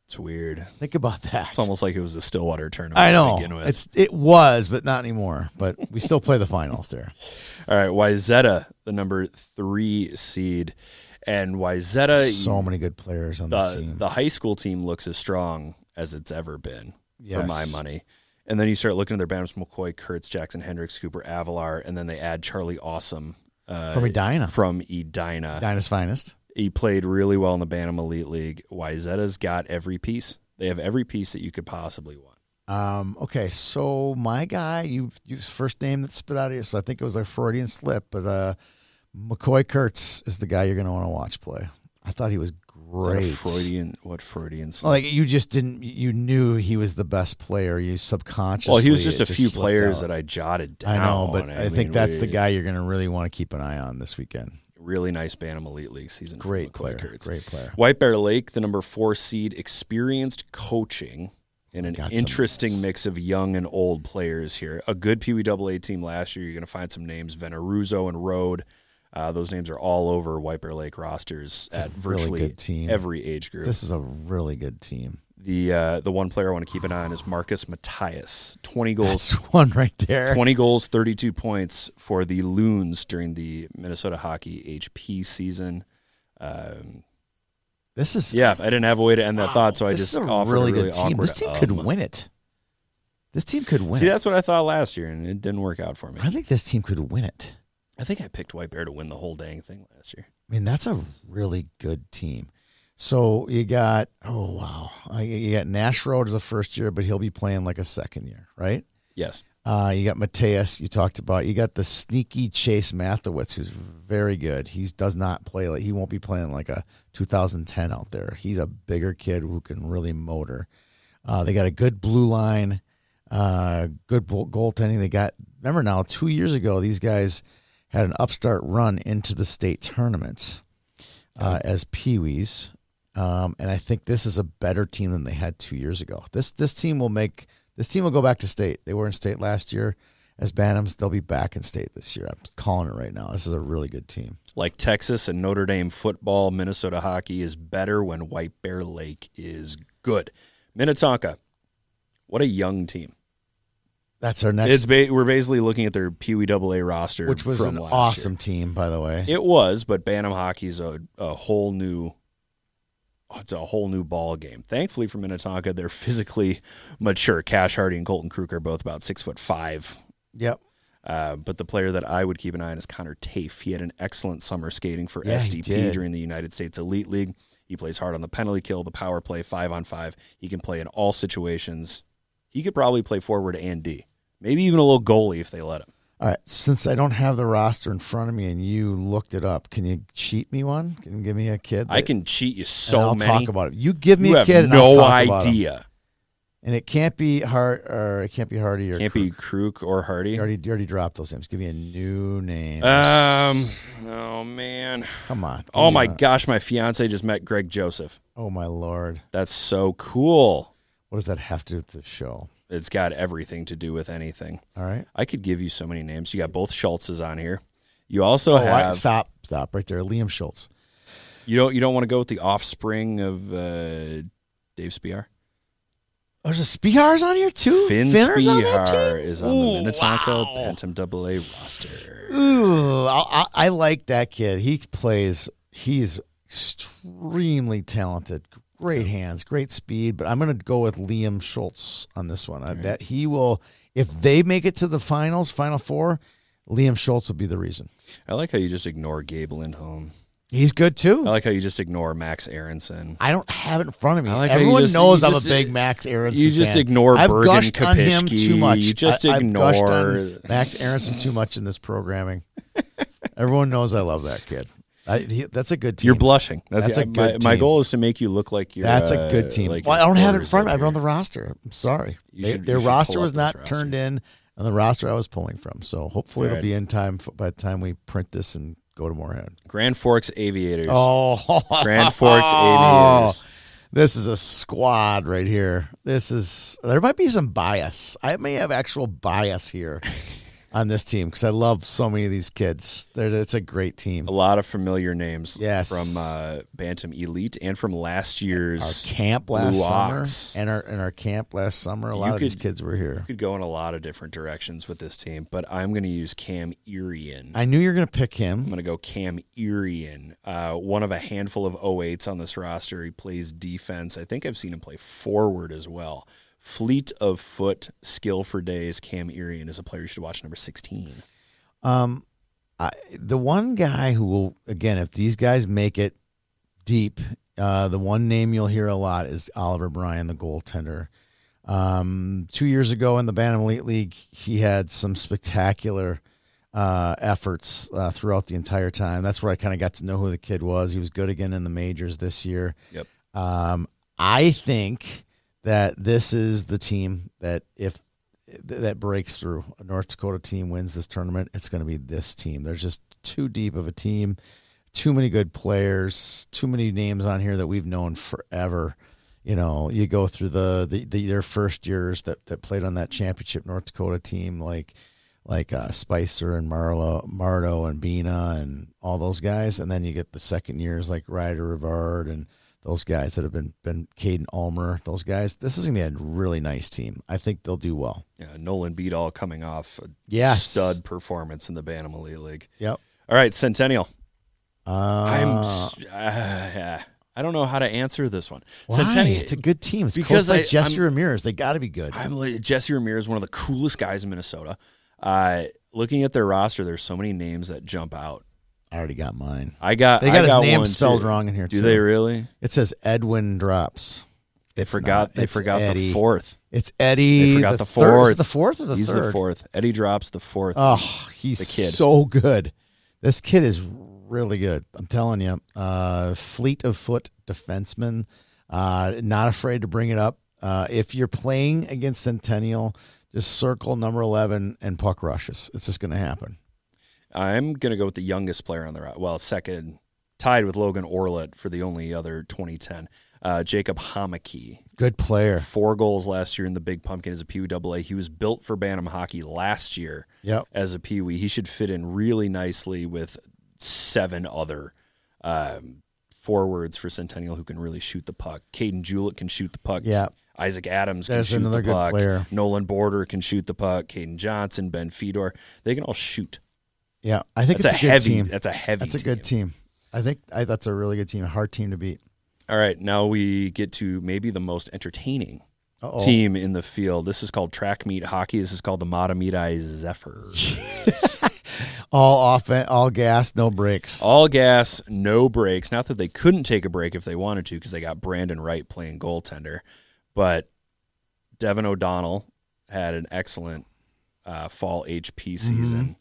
S2: It's weird.
S3: Think about that.
S2: It's almost like it was a Stillwater tournament.
S3: I
S2: To begin
S3: know.
S2: with.
S3: It's it was, but not anymore. But we still play the finals there.
S2: All right, Wyzetta, the number three seed, and Wyzetta,
S3: So many good players on this
S2: Uh, the
S3: team.
S2: the high school team looks as strong as it's ever been for my
S3: Yes.
S2: money. And then you start looking at their banners: McCoy, Kurtz, Jackson, Hendricks, Cooper, Avalar, and then they add Charlie Awesome uh,
S3: From Edina.
S2: From Edina,
S3: Dinah's finest.
S2: he played really well in the Bantam Elite League. Wyzetta's got every piece; they have every piece that you could possibly want.
S3: Um, okay, so my guy, you you first name that spit out of you, so I think it was a Freudian slip, but uh, McCoy Kurtz is the guy you're going to want to watch play. I thought he was
S2: Is that a
S3: great.
S2: Freudian, what Freudian slip?
S3: Like you just didn't. You knew he was the best player. You subconsciously.
S2: well, he was just
S3: it
S2: a few
S3: slipped
S2: players
S3: out.
S2: that I jotted down.
S3: I know, but I, think
S2: mean,
S3: that's the
S2: we-
S3: guy you're going to really want to keep an eye on this weekend.
S2: Really nice Bantam Elite League season. for
S3: Great
S2: McCoy
S3: player,
S2: Kurtz.
S3: great player.
S2: White Bear Lake, the number four seed, experienced coaching and an
S3: Got some
S2: interesting
S3: names.
S2: mix of young and old players here. A good PWAA team last year. You're going to find some names Veneruzo and Road. Uh, those names are all over White Bear Lake rosters
S3: a
S2: at
S3: really
S2: virtually
S3: good team.
S2: every age group.
S3: This is a really good team.
S2: the uh, the one player I want to keep an eye on is Marcus Matthias. Twenty goals,
S3: That's one right there.
S2: twenty goals, thirty two points for the Loons during the Minnesota Hockey HP season. Um,
S3: This is
S2: yeah, I didn't have a way to end that thought, so I
S3: this
S2: just
S3: is a
S2: offered
S3: really
S2: a really
S3: good team.
S2: awkward,
S3: This team could
S2: um,
S3: win it. This team could win.
S2: See,
S3: it.
S2: that's what I thought last year, and it didn't work out for me.
S3: I think this team could win it.
S2: I think I picked White Bear to win the whole dang thing last year.
S3: I mean, that's a really good team. So you got oh wow, Uh, you got Nash Road as a first year, but he'll be playing like a second year, right?
S2: Yes,
S3: Uh, you got Mateus, you talked about. You got the sneaky Chase Mathewitz, who's very good. He does not play like he won't be playing like a 2010 out there. He's a bigger kid who can really motor. Uh, they got a good blue line, uh, good bo- goaltending. They got remember now two years ago these guys had an upstart run into the state tournament uh, as Peewees, um, and I think this is a better team than they had two years ago. This this team will make this team will go back to state. They were in state last year as Bantams. They'll be back in state this year. I'm calling it right now. This is a really good team.
S2: like Texas and Notre Dame football, Minnesota hockey is better when White Bear Lake is good. Minnetonka, what a young team!
S3: That's our next,
S2: it's ba- we're basically looking at their Pee Wee AA roster,
S3: which was
S2: from
S3: an
S2: last
S3: awesome team, by the way.
S2: year. It was, but Bantam hockey's a a whole new. oh, It's a whole new ball game. Thankfully for Minnetonka, they're physically mature. Cash Hardy and Colton Kruk are both about six foot five,
S3: Yep.
S2: Uh, but the player that I would keep an eye on is Connor Tafe. He had an excellent summer skating for
S3: Yeah, he
S2: SDP
S3: did.
S2: during the United States Elite League. He plays hard on the penalty kill, the power play, five on five. He can play in all situations. He could probably play forward and D, maybe even a little goalie if they let him.
S3: All right. Since I don't have the roster in front of me and you looked it up, can you cheat me one? Can you give me a kid?
S2: I
S3: that-
S2: can cheat you
S3: and
S2: so
S3: I'll
S2: many.
S3: talk about it. You give me
S2: you
S3: a
S2: have
S3: kid. and I'll
S2: no
S3: talk about him.
S2: idea.
S3: And it can't be hard, or it can't be Hardy or
S2: Can't be Kruk or Hardy.
S3: You already, you already dropped those names. Give me a new name.
S2: Um. Oh man.
S3: Come on. Give
S2: Oh
S3: me
S2: my
S3: one.
S2: gosh. My fiance just met Greg Joseph.
S3: Oh my lord.
S2: That's so cool.
S3: What does that have to do with the show?
S2: It's got everything to do with anything.
S3: All right.
S2: I could give you so many names. You got both Schultzes on here. You also
S3: Oh, I-
S2: have
S3: stop, stop right there. Liam Schultz.
S2: you don't you don't want to go with the offspring of uh, Dave Spiar.
S3: Oh, there's a Spihar's on here too.
S2: Finn
S3: Finner's on that
S2: Spihar
S3: team?
S2: is on the
S3: Ooh,
S2: Minnetonka
S3: wow.
S2: Bantam Double A roster.
S3: Ooh, I, I, I like that kid. He plays. He's extremely talented. Great hands, great speed. But I'm going to go with Liam Schultz on this one. I, that he will, if they make it to the finals, Final Four, Liam Schultz will be the reason.
S2: I like how you just ignore Gabe Lindholm.
S3: He's good too.
S2: I like how you just ignore Max Aronson.
S3: I don't have it in front of me.
S2: I like how you
S3: Everyone
S2: just-
S3: knows
S2: you
S3: I'm
S2: just-
S3: a big Max Aronson.
S2: you just
S3: fan.
S2: ignore
S3: I've
S2: Bergen
S3: gushed on him too
S2: Kopitsky.
S3: much.
S2: You just
S3: I, I've gushed on
S2: ignore-
S3: Max Aronson too much in this programming. Everyone knows I love that kid. I, he, that's a good team.
S2: You're blushing. That's,
S3: That's
S2: the-
S3: a
S2: my,
S3: good
S2: my
S3: team.
S2: goal is to make you look like you're.
S3: That's
S2: uh,
S3: a good team.
S2: like
S3: well, I
S2: your
S3: don't have it in
S2: quarters
S3: front of me. I
S2: over
S3: have it on the
S2: here.
S3: roster. I'm sorry.
S2: You
S3: They-
S2: should- you
S3: their
S2: should
S3: roster
S2: pull up
S3: was
S2: this
S3: not
S2: roster.
S3: turned in on the roster I was pulling from. So hopefully
S2: All right.
S3: it'll be in time for, by the time we print this and go to Moorhead.
S2: Grand Forks Aviators.
S3: Oh,
S2: Grand Forks Aviators.
S3: This is a squad right here. This is there might be some bias. I may have actual bias here on this team because I love so many of these kids. They're, it's a great team.
S2: a lot of familiar names
S3: Yes.
S2: from uh, Bantam Elite and from last
S3: Our
S2: year's.
S3: camp last
S2: Blue
S3: summer
S2: Ox.
S3: and our and our camp last summer, a
S2: You
S3: lot of these
S2: could-
S3: kids were here.
S2: You could go in a lot of different directions with this team, but I'm going to use Cam Erian.
S3: I knew you were going to pick
S2: I'm
S3: him.
S2: going to go Cam Erian, uh, one of a handful of 08s on this roster. He plays defense. I think I've seen him play forward as well. Fleet of foot, skill for days. Cam Erian is a player you should watch, number 16.
S3: Um, I, the one guy who will again, if these guys make it deep, uh, the one name you'll hear a lot is Oliver Bryan, the goaltender. Um, two years ago in the Bantam Elite League, he had some spectacular uh, efforts uh, throughout the entire time. That's where I kind of got to know who the kid was. He was good again in the majors this year.
S2: Yep.
S3: Um, I think that this is the team that if th- that breaks through, a North Dakota team wins this tournament, it's going to be this team. There's just too deep of a team, too many good players, too many names on here that we've known forever. You know, you go through the the, the their first years that that played on that championship North Dakota team, like like uh, Spicer and Marlo, Mardo and Bina and all those guys, and then you get the second years like Ryder Rivard and those guys that have been been Caden Almer, those guys. This is gonna be a really nice team. I think they'll do well.
S2: Yeah, Uh, Nolan Beadall coming off a
S3: Yes.
S2: stud performance in the Bantam Elite League.
S3: Yep.
S2: All right, Centennial.
S3: Uh,
S2: I'm. s- Uh, I don't know how to answer this one.
S3: why?
S2: Centennial.
S3: It's a good team. It's
S2: because
S3: because
S2: I-
S3: like Jesse
S2: I'm-
S3: Ramirez. They got to be good.
S2: I'm like, Jesse Ramirez, one of the coolest guys in Minnesota. Uh, looking at their roster, there's so many names that jump out.
S3: I already got mine.
S2: I got.
S3: They got
S2: I
S3: his name
S2: one,
S3: spelled
S2: too.
S3: wrong in here
S2: Do
S3: too.
S2: they really?
S3: It says Edwin drops.
S2: They
S3: It's
S2: forgot.
S3: not.
S2: They
S3: It's
S2: forgot
S3: Eddie.
S2: the fourth.
S3: It's Eddie.
S2: They forgot the
S3: third- is it
S2: fourth.
S3: the fourth or the
S2: He's
S3: third?
S2: the fourth. Eddie drops the fourth.
S3: Oh, he's
S2: The kid.
S3: so good. This kid is really good. I'm telling you. Uh, fleet of foot defenseman. Uh, not afraid to bring it up. Uh, if you're playing against Centennial, just circle number 11 and puck rushes. It's just going to happen.
S2: I'm gonna go with the youngest player on the roster. Well, second, tied with Logan Orlett for the only other 2010. Uh, Jacob Hamaki,
S3: Good player.
S2: four goals last year in the Big Pumpkin as a Pee Wee Double A. He was built for Bantam hockey last year
S3: Yep.
S2: as a Pee Wee. He should fit in really nicely with seven other um, forwards for Centennial who can really shoot the puck. Caden Jewett can shoot the puck.
S3: Yeah.
S2: Isaac Adams can
S3: There's
S2: shoot
S3: another
S2: the
S3: good
S2: puck.
S3: player.
S2: Nolan Border can shoot the puck. Caden Johnson, Ben Fedor, they can all shoot.
S3: Yeah. I think
S2: That's a,
S3: it's a, good
S2: heavy.
S3: team.
S2: That's a heavy.
S3: That's a good team. I think I, that's a really good team. A hard team to beat.
S2: All right, now we get to maybe the most entertaining
S3: Uh-oh.
S2: team in the field. This is called track meet hockey. This is called the Matamidi Zephyr.
S3: All offense, all gas, no breaks.
S2: All gas, no breaks. Not that they couldn't take a break if they wanted to, because they got Brandon Wright playing goaltender. But Devin O'Donnell had an excellent uh, fall HP
S3: Mm-hmm.
S2: season.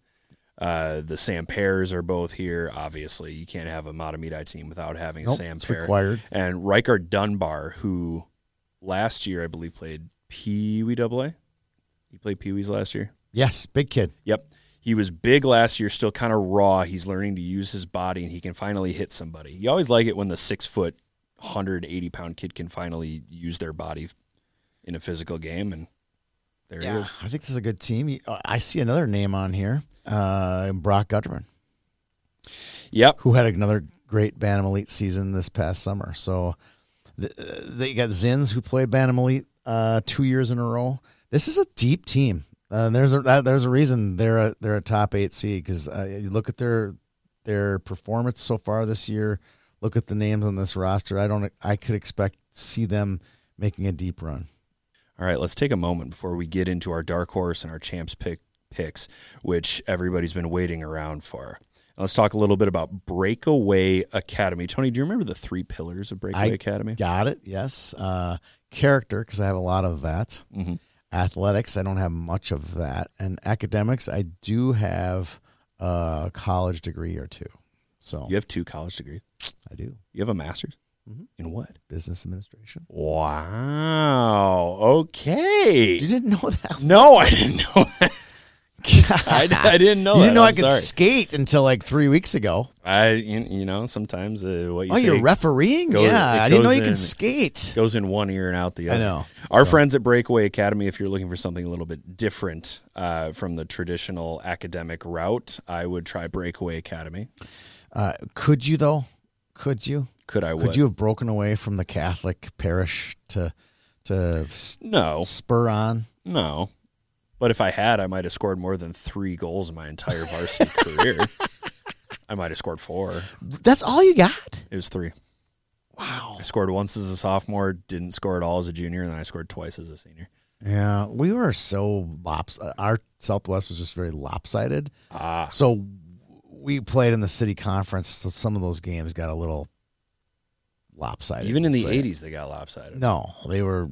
S2: Uh, the Sam Pairs are both here. Obviously, you can't have a Matamidi team without having a
S3: Nope,
S2: Sam
S3: it's
S2: Pair.
S3: required.
S2: And Reichard Dunbar, who last year I believe played Pee Wee Double A. He played Pee Wees last year.
S3: Yes, big kid.
S2: Yep. He was big last year, still kind of raw. He's learning to use his body and he can finally hit somebody. You always like it when the six foot, 180 pound kid can finally use their body in a physical game. And there he is.
S3: I think this is a good team. You- uh, I see another name on here, uh, Brock Gutterman,
S2: Yep.
S3: who had another great Bantam Elite season this past summer. So th- uh, they got Zins, who played Bantam Elite uh, two years in a row. This is a deep team. Uh, there's a that, there's a reason they're a, they're a top eight seed because uh, you look at their their performance so far this year. Look at the names on this roster. I don't. I could expect see them making a deep run.
S2: All right. Let's take a moment before we get into our dark horse and our champs pick picks, which everybody's been waiting around for. And Let's talk a little bit about Breakaway Academy. Tony, do you remember the three pillars of Breakaway
S3: I
S2: Academy?
S3: Got it. Yes. Uh, character, because I have a lot of that.
S2: Mhm.
S3: Athletics, I don't have much of that. And academics, I do have a college degree or two. So
S2: You have two college degrees.
S3: I do
S2: You have a master's
S3: Mhm.
S2: in what?
S3: business administration.
S2: Wow.
S3: You
S2: Okay.
S3: didn't know that.
S2: No, I didn't know that. I, I didn't know
S3: you
S2: that.
S3: didn't know
S2: I'm
S3: I could
S2: Oh, sorry.
S3: skate until like three weeks ago.
S2: I, you you know, sometimes uh, what you
S3: oh,
S2: say
S3: you're refereeing?
S2: goes- it
S3: yeah, I didn't know
S2: goes
S3: you
S2: in-
S3: could skate.
S2: goes in one ear and out the
S3: I
S2: other.
S3: know.
S2: Our friends at Breakaway Academy, if you're looking for something a little bit different uh, from the traditional academic route, I would try Breakaway Academy.
S3: Uh, could you though? Could you?
S2: Could I?
S3: Could
S2: would.
S3: you have broken away from the Catholic parish to to s-
S2: No,
S3: spur on?
S2: no. But if I had, I might have scored more than three goals in my entire varsity career. I might have scored four.
S3: That's all you got?
S2: It was three.
S3: Wow.
S2: I scored once as a sophomore, didn't score at all as a junior, and then I scored twice as a senior.
S3: Yeah, we were so lops. uh, Our Southwest was just very lopsided.
S2: Ah,
S3: So we played in the city conference. So some of those games got a little lopsided.
S2: even in
S3: we'll
S2: the
S3: say.
S2: '80s, they got lopsided.
S3: No, they were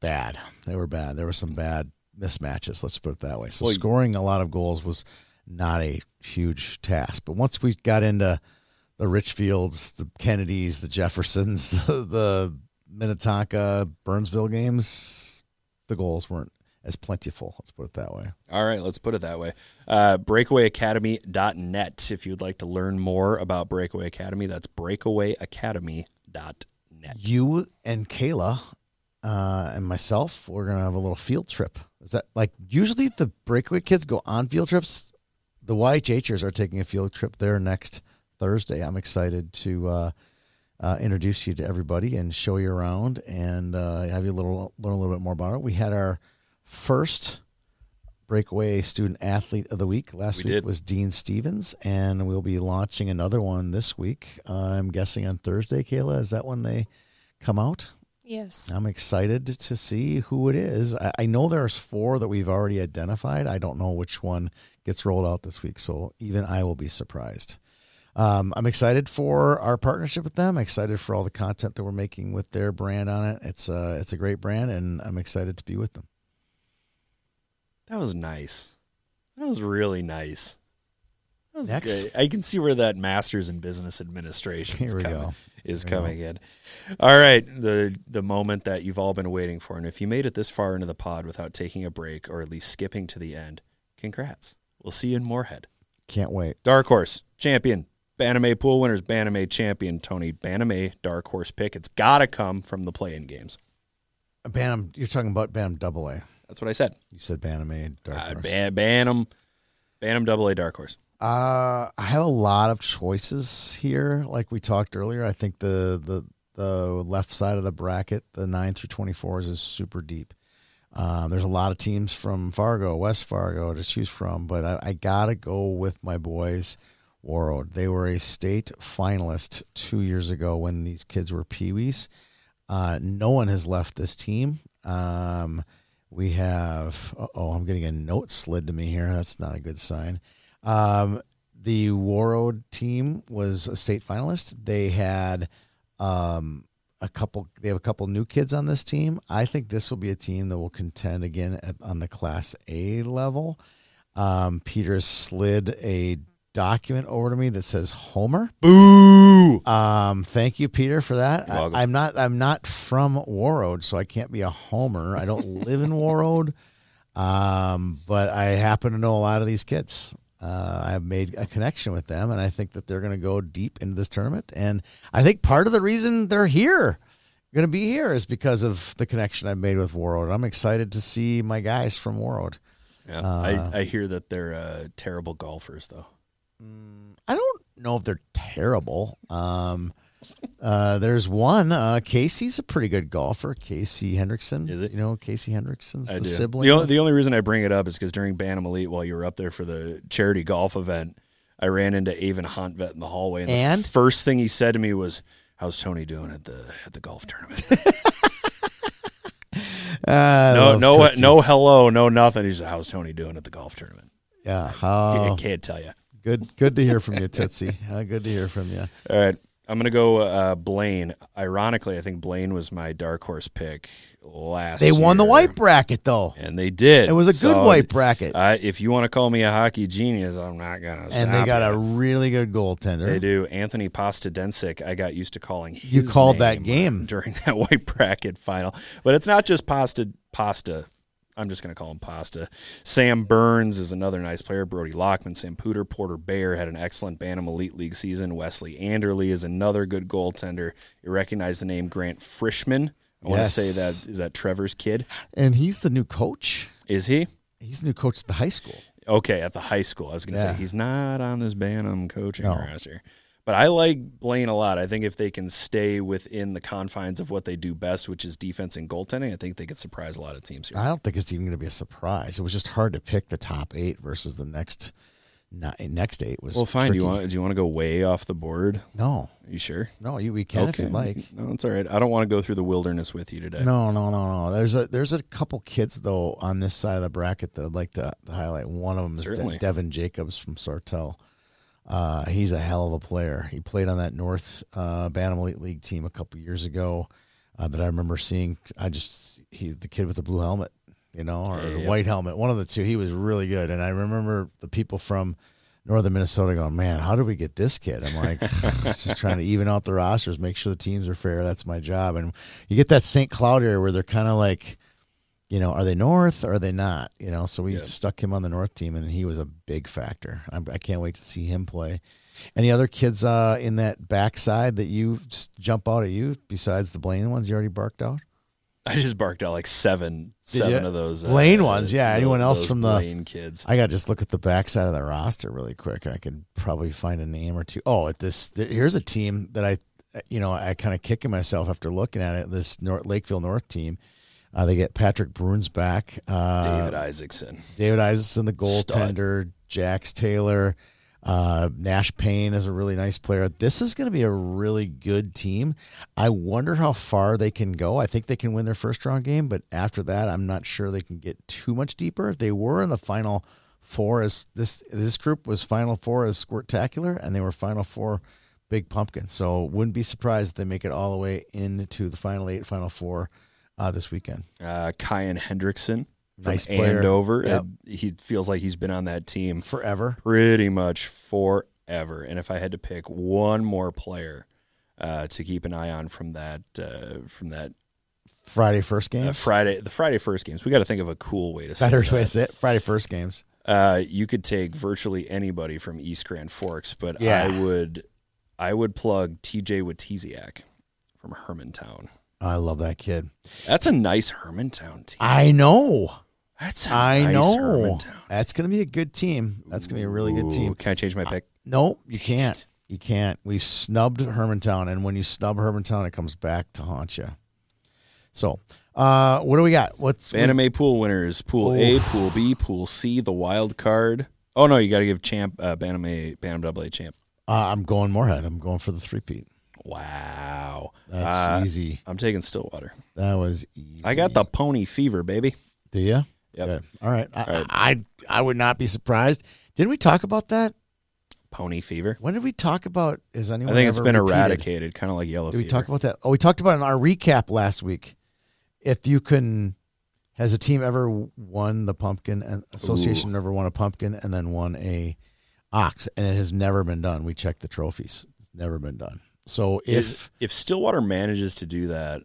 S3: bad. They were bad. There were some bad mismatches. Let's put it that way. So
S2: Well, you-
S3: scoring a lot of goals was not a huge task. But once we got into the Richfields, the Kennedys, the Jeffersons, the, the Minnetonka, Burnsville games, the goals weren't as plentiful. Let's put it that way.
S2: All right, let's put it that way. Uh, breakawayacademy.net. If you'd like to learn more about Breakaway Academy, that's breakawayacademy.net.
S3: You and Kayla uh, and myself, we're gonna have a little field trip. Is that like usually the breakaway kids go on field trips? The YHHers are taking a field trip there next Thursday. I'm excited to uh, uh, introduce you to everybody and show you around and uh, have you a little learn a little bit more about it. We had our first breakaway student athlete of the week last
S2: We
S3: week
S2: did.
S3: was Dean Stevens, and we'll be launching another one this week. I'm guessing on Thursday, Kayla. Is that when they come out?
S1: Yes.
S3: I'm excited to see who it is. I, I know there's four that we've already identified. I don't know which one gets rolled out this week, so even I will be surprised. Um, I'm excited for our partnership with them. Excited for all the content that we're making with their brand on it. It's a it's a great brand, and I'm excited to be with them.
S2: That was nice. That was really nice. That was
S3: Next.
S2: great. I can see where that master's in business administration is
S3: Here we
S2: coming,
S3: go.
S2: is
S3: Here we go.
S2: coming in. All right, the the moment that you've all been waiting for, and if you made it this far into the pod without taking a break or at least skipping to the end, congrats. We'll see you in Moorhead.
S3: Can't wait.
S2: Dark Horse champion. Baname pool winners, Baname champion Tony Baname dark horse pick. It's gotta come from the play-in games.
S3: Bantam, you're talking about Bantam Double A.
S2: That's what I said.
S3: You said Bantam A. Dark
S2: Uh,
S3: Horse.
S2: ban, Bantam, Bantam double A dark horse.
S3: Uh, I have a lot of choices here. Like we talked earlier, I think the the the left side of the bracket, the nine through twenty fours, is super deep. Um, there's a lot of teams from Fargo, West Fargo, to choose from, but I, I gotta go with my boys. Warroad. They were a state finalist two years ago when these kids were peewees. Uh, no one has left this team. Um, we have. Oh, I'm getting a note slid to me here. That's not a good sign. Um, the Warroad team was a state finalist. They had um, a couple. They have a couple new kids on this team. I think this will be a team that will contend again at, on the Class A level. Um, Peter slid a document over to me that says Homer.
S2: Boo!
S3: Um, thank you, Peter, for that.
S2: You're welcome.
S3: I, am not. I'm not from Warroad, so I can't be a homer. I don't live in Warroad, um, but I happen to know a lot of these kids. Uh, I've made a connection with them, and I think that they're going to go deep into this tournament. And I think part of the reason they're here, going to be here, is because of the connection I've made with Warroad. I'm excited to see my guys from Warroad.
S2: Yeah, I, I hear that they're uh, terrible golfers though.
S3: I don't know if they're terrible. Um, uh, there's one. Uh, Casey's a pretty good golfer. Casey Hendrickson.
S2: Is it?
S3: You know Casey Hendrickson's
S2: I
S3: the
S2: do.
S3: sibling.
S2: The, o- the only reason I bring it up is because during Bantam Elite, while you were up there for the charity golf event, I ran into Avon Hontvet in the hallway, and,
S3: And?
S2: the first thing he said to me was, "How's Tony doing at the at the golf tournament?"
S3: Ah, I
S2: no,
S3: love
S2: no,
S3: Tootsie.
S2: no, hello, no, nothing. He's like, "How's Tony doing at the golf tournament?"
S3: Yeah.
S2: I
S3: how-
S2: can't tell you.
S3: good. Good to hear from you, Tootsie. Uh, good to hear from you.
S2: All right. I'm going to go uh, Blaine. Ironically, I think Blaine was my dark horse pick last
S3: They won the
S2: year,
S3: white bracket though.
S2: And they did.
S3: It was a good
S2: So,
S3: white bracket,
S2: Uh, if you want to call me a hockey genius, I'm not going to
S3: and they got a really good goaltender.
S2: They do. Anthony Pastadensic, I got used to calling his
S3: You called
S2: name
S3: that
S2: uh,
S3: game.
S2: during that white bracket final. But it's not just Pasta Pasta. I'm just going to call him Pasta. Sam Burns is another nice player. Brody Lockman, Sam Pooter, Porter Bear had an excellent Bantam Elite League season. Wesley Anderley is another good goaltender. You recognize the name Grant Frischman. I want to
S3: Yes.
S2: say that is that Trevor's kid.
S3: And he's the new coach.
S2: Is he?
S3: He's the new coach at the high school.
S2: Okay, at the high school. I was going to
S3: Yeah.
S2: say he's not on this Bantam coaching
S3: No.
S2: roster. But I like Blaine a lot. I think if they can stay within the confines of what they do best, which is defense and goaltending, I think they could surprise a lot of teams here.
S3: I don't think it's even going to be a surprise. It was just hard to pick the top eight versus the next nine, next eight was.
S2: well, fine. Do you
S3: tricky.
S2: want do you want to go way off the board?
S3: No,
S2: you sure?
S3: no, you we can if you like.
S2: No, it's all right. I don't want to go through the wilderness with you today.
S3: No, no, no, no. There's a there's a couple kids though on this side of the bracket that I'd like to, to highlight. One of them is De-
S2: Certainly.
S3: Devin Jacobs from Sartell. Uh, he's a hell of a player. He played on that North uh, Bantam Elite League team a couple years ago uh, that I remember seeing. I just he's the kid with the blue helmet. you know, or
S2: Yeah, yeah.
S3: White Helmet, one of the two. He was really good. And I remember the people from northern Minnesota going, man, how did we get this kid? I'm like, it's just trying to even out the rosters, make sure the teams are fair. That's my job. And you get that St. Cloud area where they're kind of like, you know, are they north or are they not? You know, so we
S2: Yeah.
S3: stuck him on the north team, and he was a big factor. I, I can't wait to see him play. Any other kids uh, in that backside that you just jump out at you besides the Blaine ones you already barked out?
S2: I just barked out like seven,
S3: Did
S2: seven
S3: ya?
S2: of those
S3: Blaine ones, yeah.
S2: tho-
S3: Anyone else
S2: those
S3: from the-
S2: Blaine kids?
S3: I got to just look at the backside of the roster really quick, and I could probably find a name or two. Oh, at this th- here's a team that I, you know, I kind of kicking myself after looking at it. This North Lakeville North team, uh, they get Patrick Bruins back, uh,
S2: David Isaacson.
S3: David Isaacson, the
S2: Stud.
S3: goaltender, Jax Taylor, uh, Nash Payne is a really nice player. This is going to be a really good team. I wonder how far they can go. I think they can win their first round game, but after that, I'm not sure they can get too much deeper. If they were in the final four, as this this group was final four as Squirtacular, and they were final four Big Pumpkin. So wouldn't be surprised if they make it all the way into the final eight, final four uh, this weekend.
S2: Uh, Kyan Hendrickson from
S3: Nice player.
S2: Andover.
S3: Yep.
S2: Uh, he feels like he's been on that team
S3: Forever.
S2: pretty much forever. And if I had to pick one more player uh, to keep an eye on from that uh, from that
S3: Friday first game.
S2: uh, Friday, the Friday first games, we got to think of a cool way to say
S3: Better
S2: that.
S3: way to say it. Friday first games.
S2: Uh, you could take virtually anybody from East Grand Forks, but
S3: Yeah.
S2: I would, I would plug T.J. Watiziak from Hermantown.
S3: I love that kid.
S2: That's a nice Hermantown team.
S3: I know.
S2: That's a
S3: I
S2: nice
S3: know.
S2: Hermantown. team.
S3: That's going to be a good team. That's going to be a really good
S2: Ooh,
S3: team.
S2: Can I change my pick?
S3: No, you can't. You can't. We've snubbed Hermantown, and when you snub Hermantown, it comes back to haunt you. So, uh, what do we got? What's
S2: Anime pool winners: Pool A, Pool B, Pool C. The wild card. Oh no, you got to give champ uh, Bantam Bantam Double A champ.
S3: Uh, I'm going Moorhead. I'm going for the three peat.
S2: Wow,
S3: That's
S2: Uh,
S3: easy.
S2: I'm taking Stillwater.
S3: That was easy.
S2: I got the pony fever, baby.
S3: Do you?
S2: Yep.
S3: Good. All right. I,
S2: All right.
S3: I I would not be surprised. Didn't we talk about that?
S2: Pony fever.
S3: When did we talk about? Is
S2: I
S3: anyone?
S2: think it's
S3: ever
S2: been
S3: repeated?
S2: eradicated, kind of like yellow
S3: Did we
S2: fever.
S3: talk about that? Oh, we talked about it in our recap last week. If you can, has a team ever won the pumpkin and association ever won a pumpkin and then won a ox? And it has never been done. We checked the trophies; it's never been done. So if
S2: if if Stillwater manages to do that,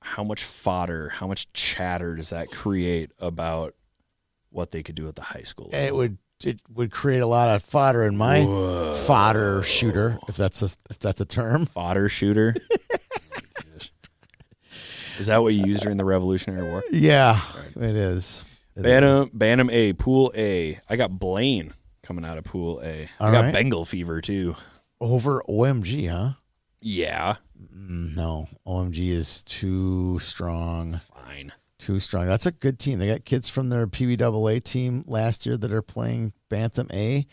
S2: how much fodder, how much chatter does that create about what they could do at the high school? level?
S3: it would, it would create a lot of fodder in my fodder shooter, if that's a if that's a term.
S2: fodder shooter. Is that what you used during the Revolutionary War?
S3: Yeah, it is. It is.
S2: Bantam, Bantam A, Pool A. I got Blaine coming out of Pool A. I
S3: All
S2: got
S3: right.
S2: Bengal fever too.
S3: over OMG, huh?
S2: Yeah,
S3: Mm, No, OMG is too strong.
S2: fine.
S3: Too strong. That's a good team. They got kids from their PBAA team last year that are playing Bantam A.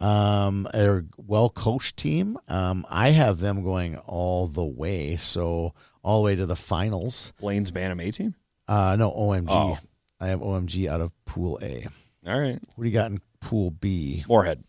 S3: Um, they're a well coached team. Um, I have them going all the way, so all the way to the finals.
S2: Blaine's Bantam A team.
S3: Uh, no, OMG.
S2: Oh.
S3: I have OMG out of Pool A.
S2: All right,
S3: Who do you got in Pool B?
S2: Moorhead.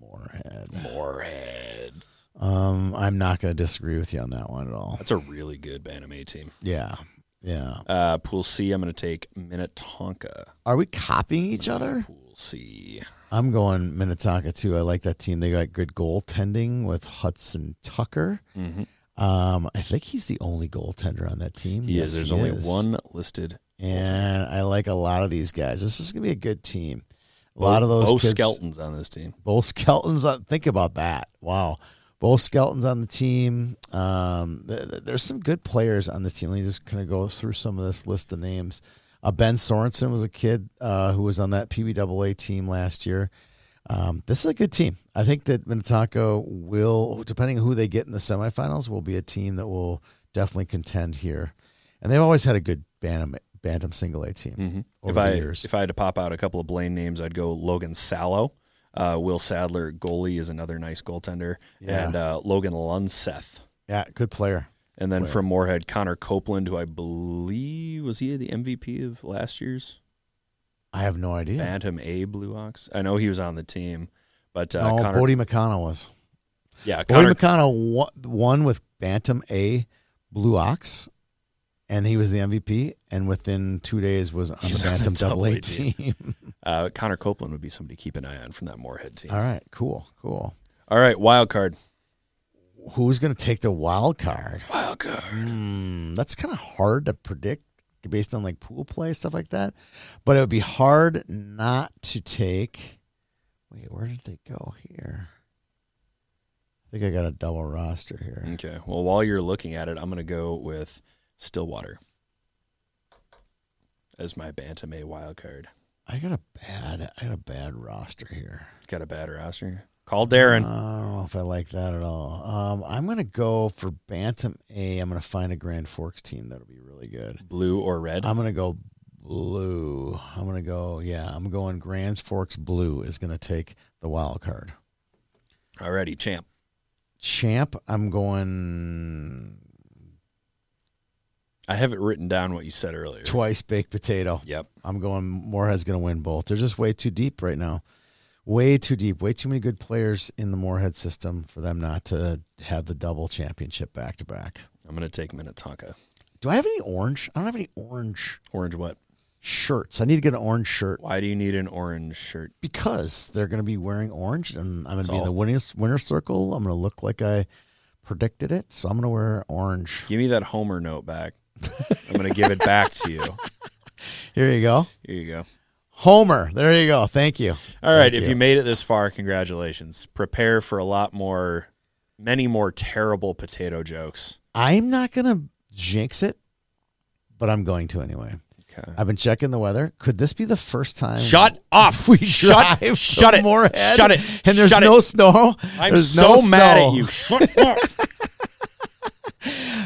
S3: Moorhead.
S2: Moorhead.
S3: Um, I'm not going to disagree with you on that one at all.
S2: That's a really good Bantam A team.
S3: Yeah, yeah.
S2: Uh, pool C, I'm going to take Minnetonka.
S3: Are we copying each other?
S2: Pool C.
S3: I'm going Minnetonka too. I like that team. They got good goaltending with Hudson Tucker.
S2: Mm-hmm.
S3: Um, I think he's the only goaltender on that team.
S2: He
S3: Yes,
S2: is. There's
S3: he
S2: only
S3: is.
S2: one listed.
S3: and I like a lot of these guys. This is gonna be a good team. A lot of those
S2: Bo
S3: kids,
S2: Skelton's on this team.
S3: Bo Skelton's on. Think about that. Wow. Bo Skelton's on the team. Um, th- th- there's some good players on this team. Let me just kind of go through some of this list of names. Uh, ben Sorensen was a kid uh, who was on that PBAA team last year. Um, this is a good team. I think that Minnetonka will, depending on who they get in the semifinals, will be a team that will definitely contend here. And they've always had a good Bantam, Bantam single A team Mm-hmm.
S2: Mm-hmm.
S3: over
S2: If
S3: the
S2: I
S3: years.
S2: if I had to pop out a couple of Blaine names, I'd go Logan Sallow. Uh, Will Sadler, goalie, is another nice goaltender,
S3: Yeah.
S2: and uh, Logan Lunseth.
S3: yeah, good player.
S2: And then from Moorhead, Connor Copeland, who I believe was he the MVP of last year's
S3: I have no idea.
S2: Bantam A Blue Ox. I know he was on the team, but uh,
S3: no,
S2: Connor,
S3: Bodie McConnell was.
S2: yeah, Connor,
S3: Cody McConnell won, won with Bantam A Blue Ox and he was the MVP, and within two days was on the
S2: He's on the
S3: Bantam Double A
S2: double-A team.
S3: team.
S2: Uh, Connor Copeland would be somebody to keep an eye on from that Moorhead team.
S3: All right, cool, cool.
S2: All right, wild card.
S3: Who's going to take the wild card?
S2: Wild card.
S3: Hmm, that's kind of hard to predict based on like pool play stuff like that. But it would be hard not to take. Wait, where did they go here? I think I got a double roster here.
S2: Okay. Well, while you're looking at it, I'm going to go with Stillwater as my Bantam A wild card.
S3: I got a bad, I got a bad roster here.
S2: Got a bad roster. Call Darren.
S3: I don't know if I like that at all. Um, I'm gonna go for Bantam A. I'm gonna find a Grand Forks team that'll be really good.
S2: Blue or red?
S3: I'm gonna go blue. I'm gonna go yeah. I'm going Grand Forks blue is gonna take the wild card.
S2: Alrighty, champ.
S3: Champ, I'm going
S2: I have it written down what you said earlier.
S3: twice baked potato.
S2: Yep.
S3: I'm going Moorhead's going to win both. They're just way too deep right now. Way too deep. Way too many good players in the Moorhead system for them not to have the double championship back to back.
S2: I'm going to take Minnetonka.
S3: Do I have any orange? I don't have any orange
S2: Orange what?
S3: shirts. I need to get an orange shirt
S2: Why do you need an orange shirt?
S3: because they're going to be wearing orange, and I'm going to be in
S2: Solid.
S3: the winners winner circle. I'm going to look like I predicted it, so I'm going to wear orange.
S2: Give me that Homer note back. I'm going to give it back to you.
S3: Here you go,
S2: Here you go.
S3: Homer. There you go. Thank you.
S2: All right,
S3: Thank
S2: if
S3: you.
S2: you made it this far, congratulations. Prepare for a lot more, many more terrible potato jokes.
S3: I'm not going to jinx it, but I'm going to anyway.
S2: Okay.
S3: I've been checking the weather. Could this be the first time?
S2: Shut up!
S3: We
S2: shut
S3: drive
S2: shut
S3: to
S2: it!
S3: Moorhead
S2: Shut it!
S3: And there's
S2: Shut it.
S3: no snow.
S2: I'm
S3: There's
S2: so
S3: no
S2: mad
S3: snow.
S2: at you. Shut up!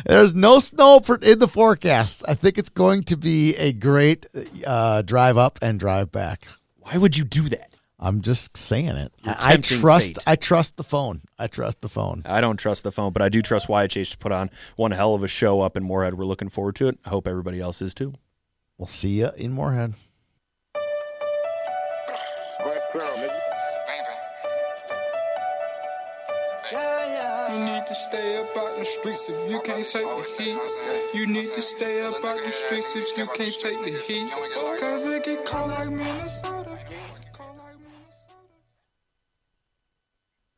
S3: There's no snow for, in the forecast. I think it's going to be a great uh, drive up and drive back.
S2: Why would you do that?
S3: I'm just saying it.
S2: You're
S3: I I
S2: tempting
S3: trust.
S2: fate.
S3: I trust the phone. I trust the phone.
S2: I don't trust the phone, but I do trust YHH to put on one hell of a show up in Moorhead. We're looking forward to it. I hope everybody else is too.
S3: We'll see you in Moorhead.
S4: You need to stay up out in the streets if you can't take the heat. You need to stay up out in the streets if you can't take the heat. Cause it get cold like Minnesota.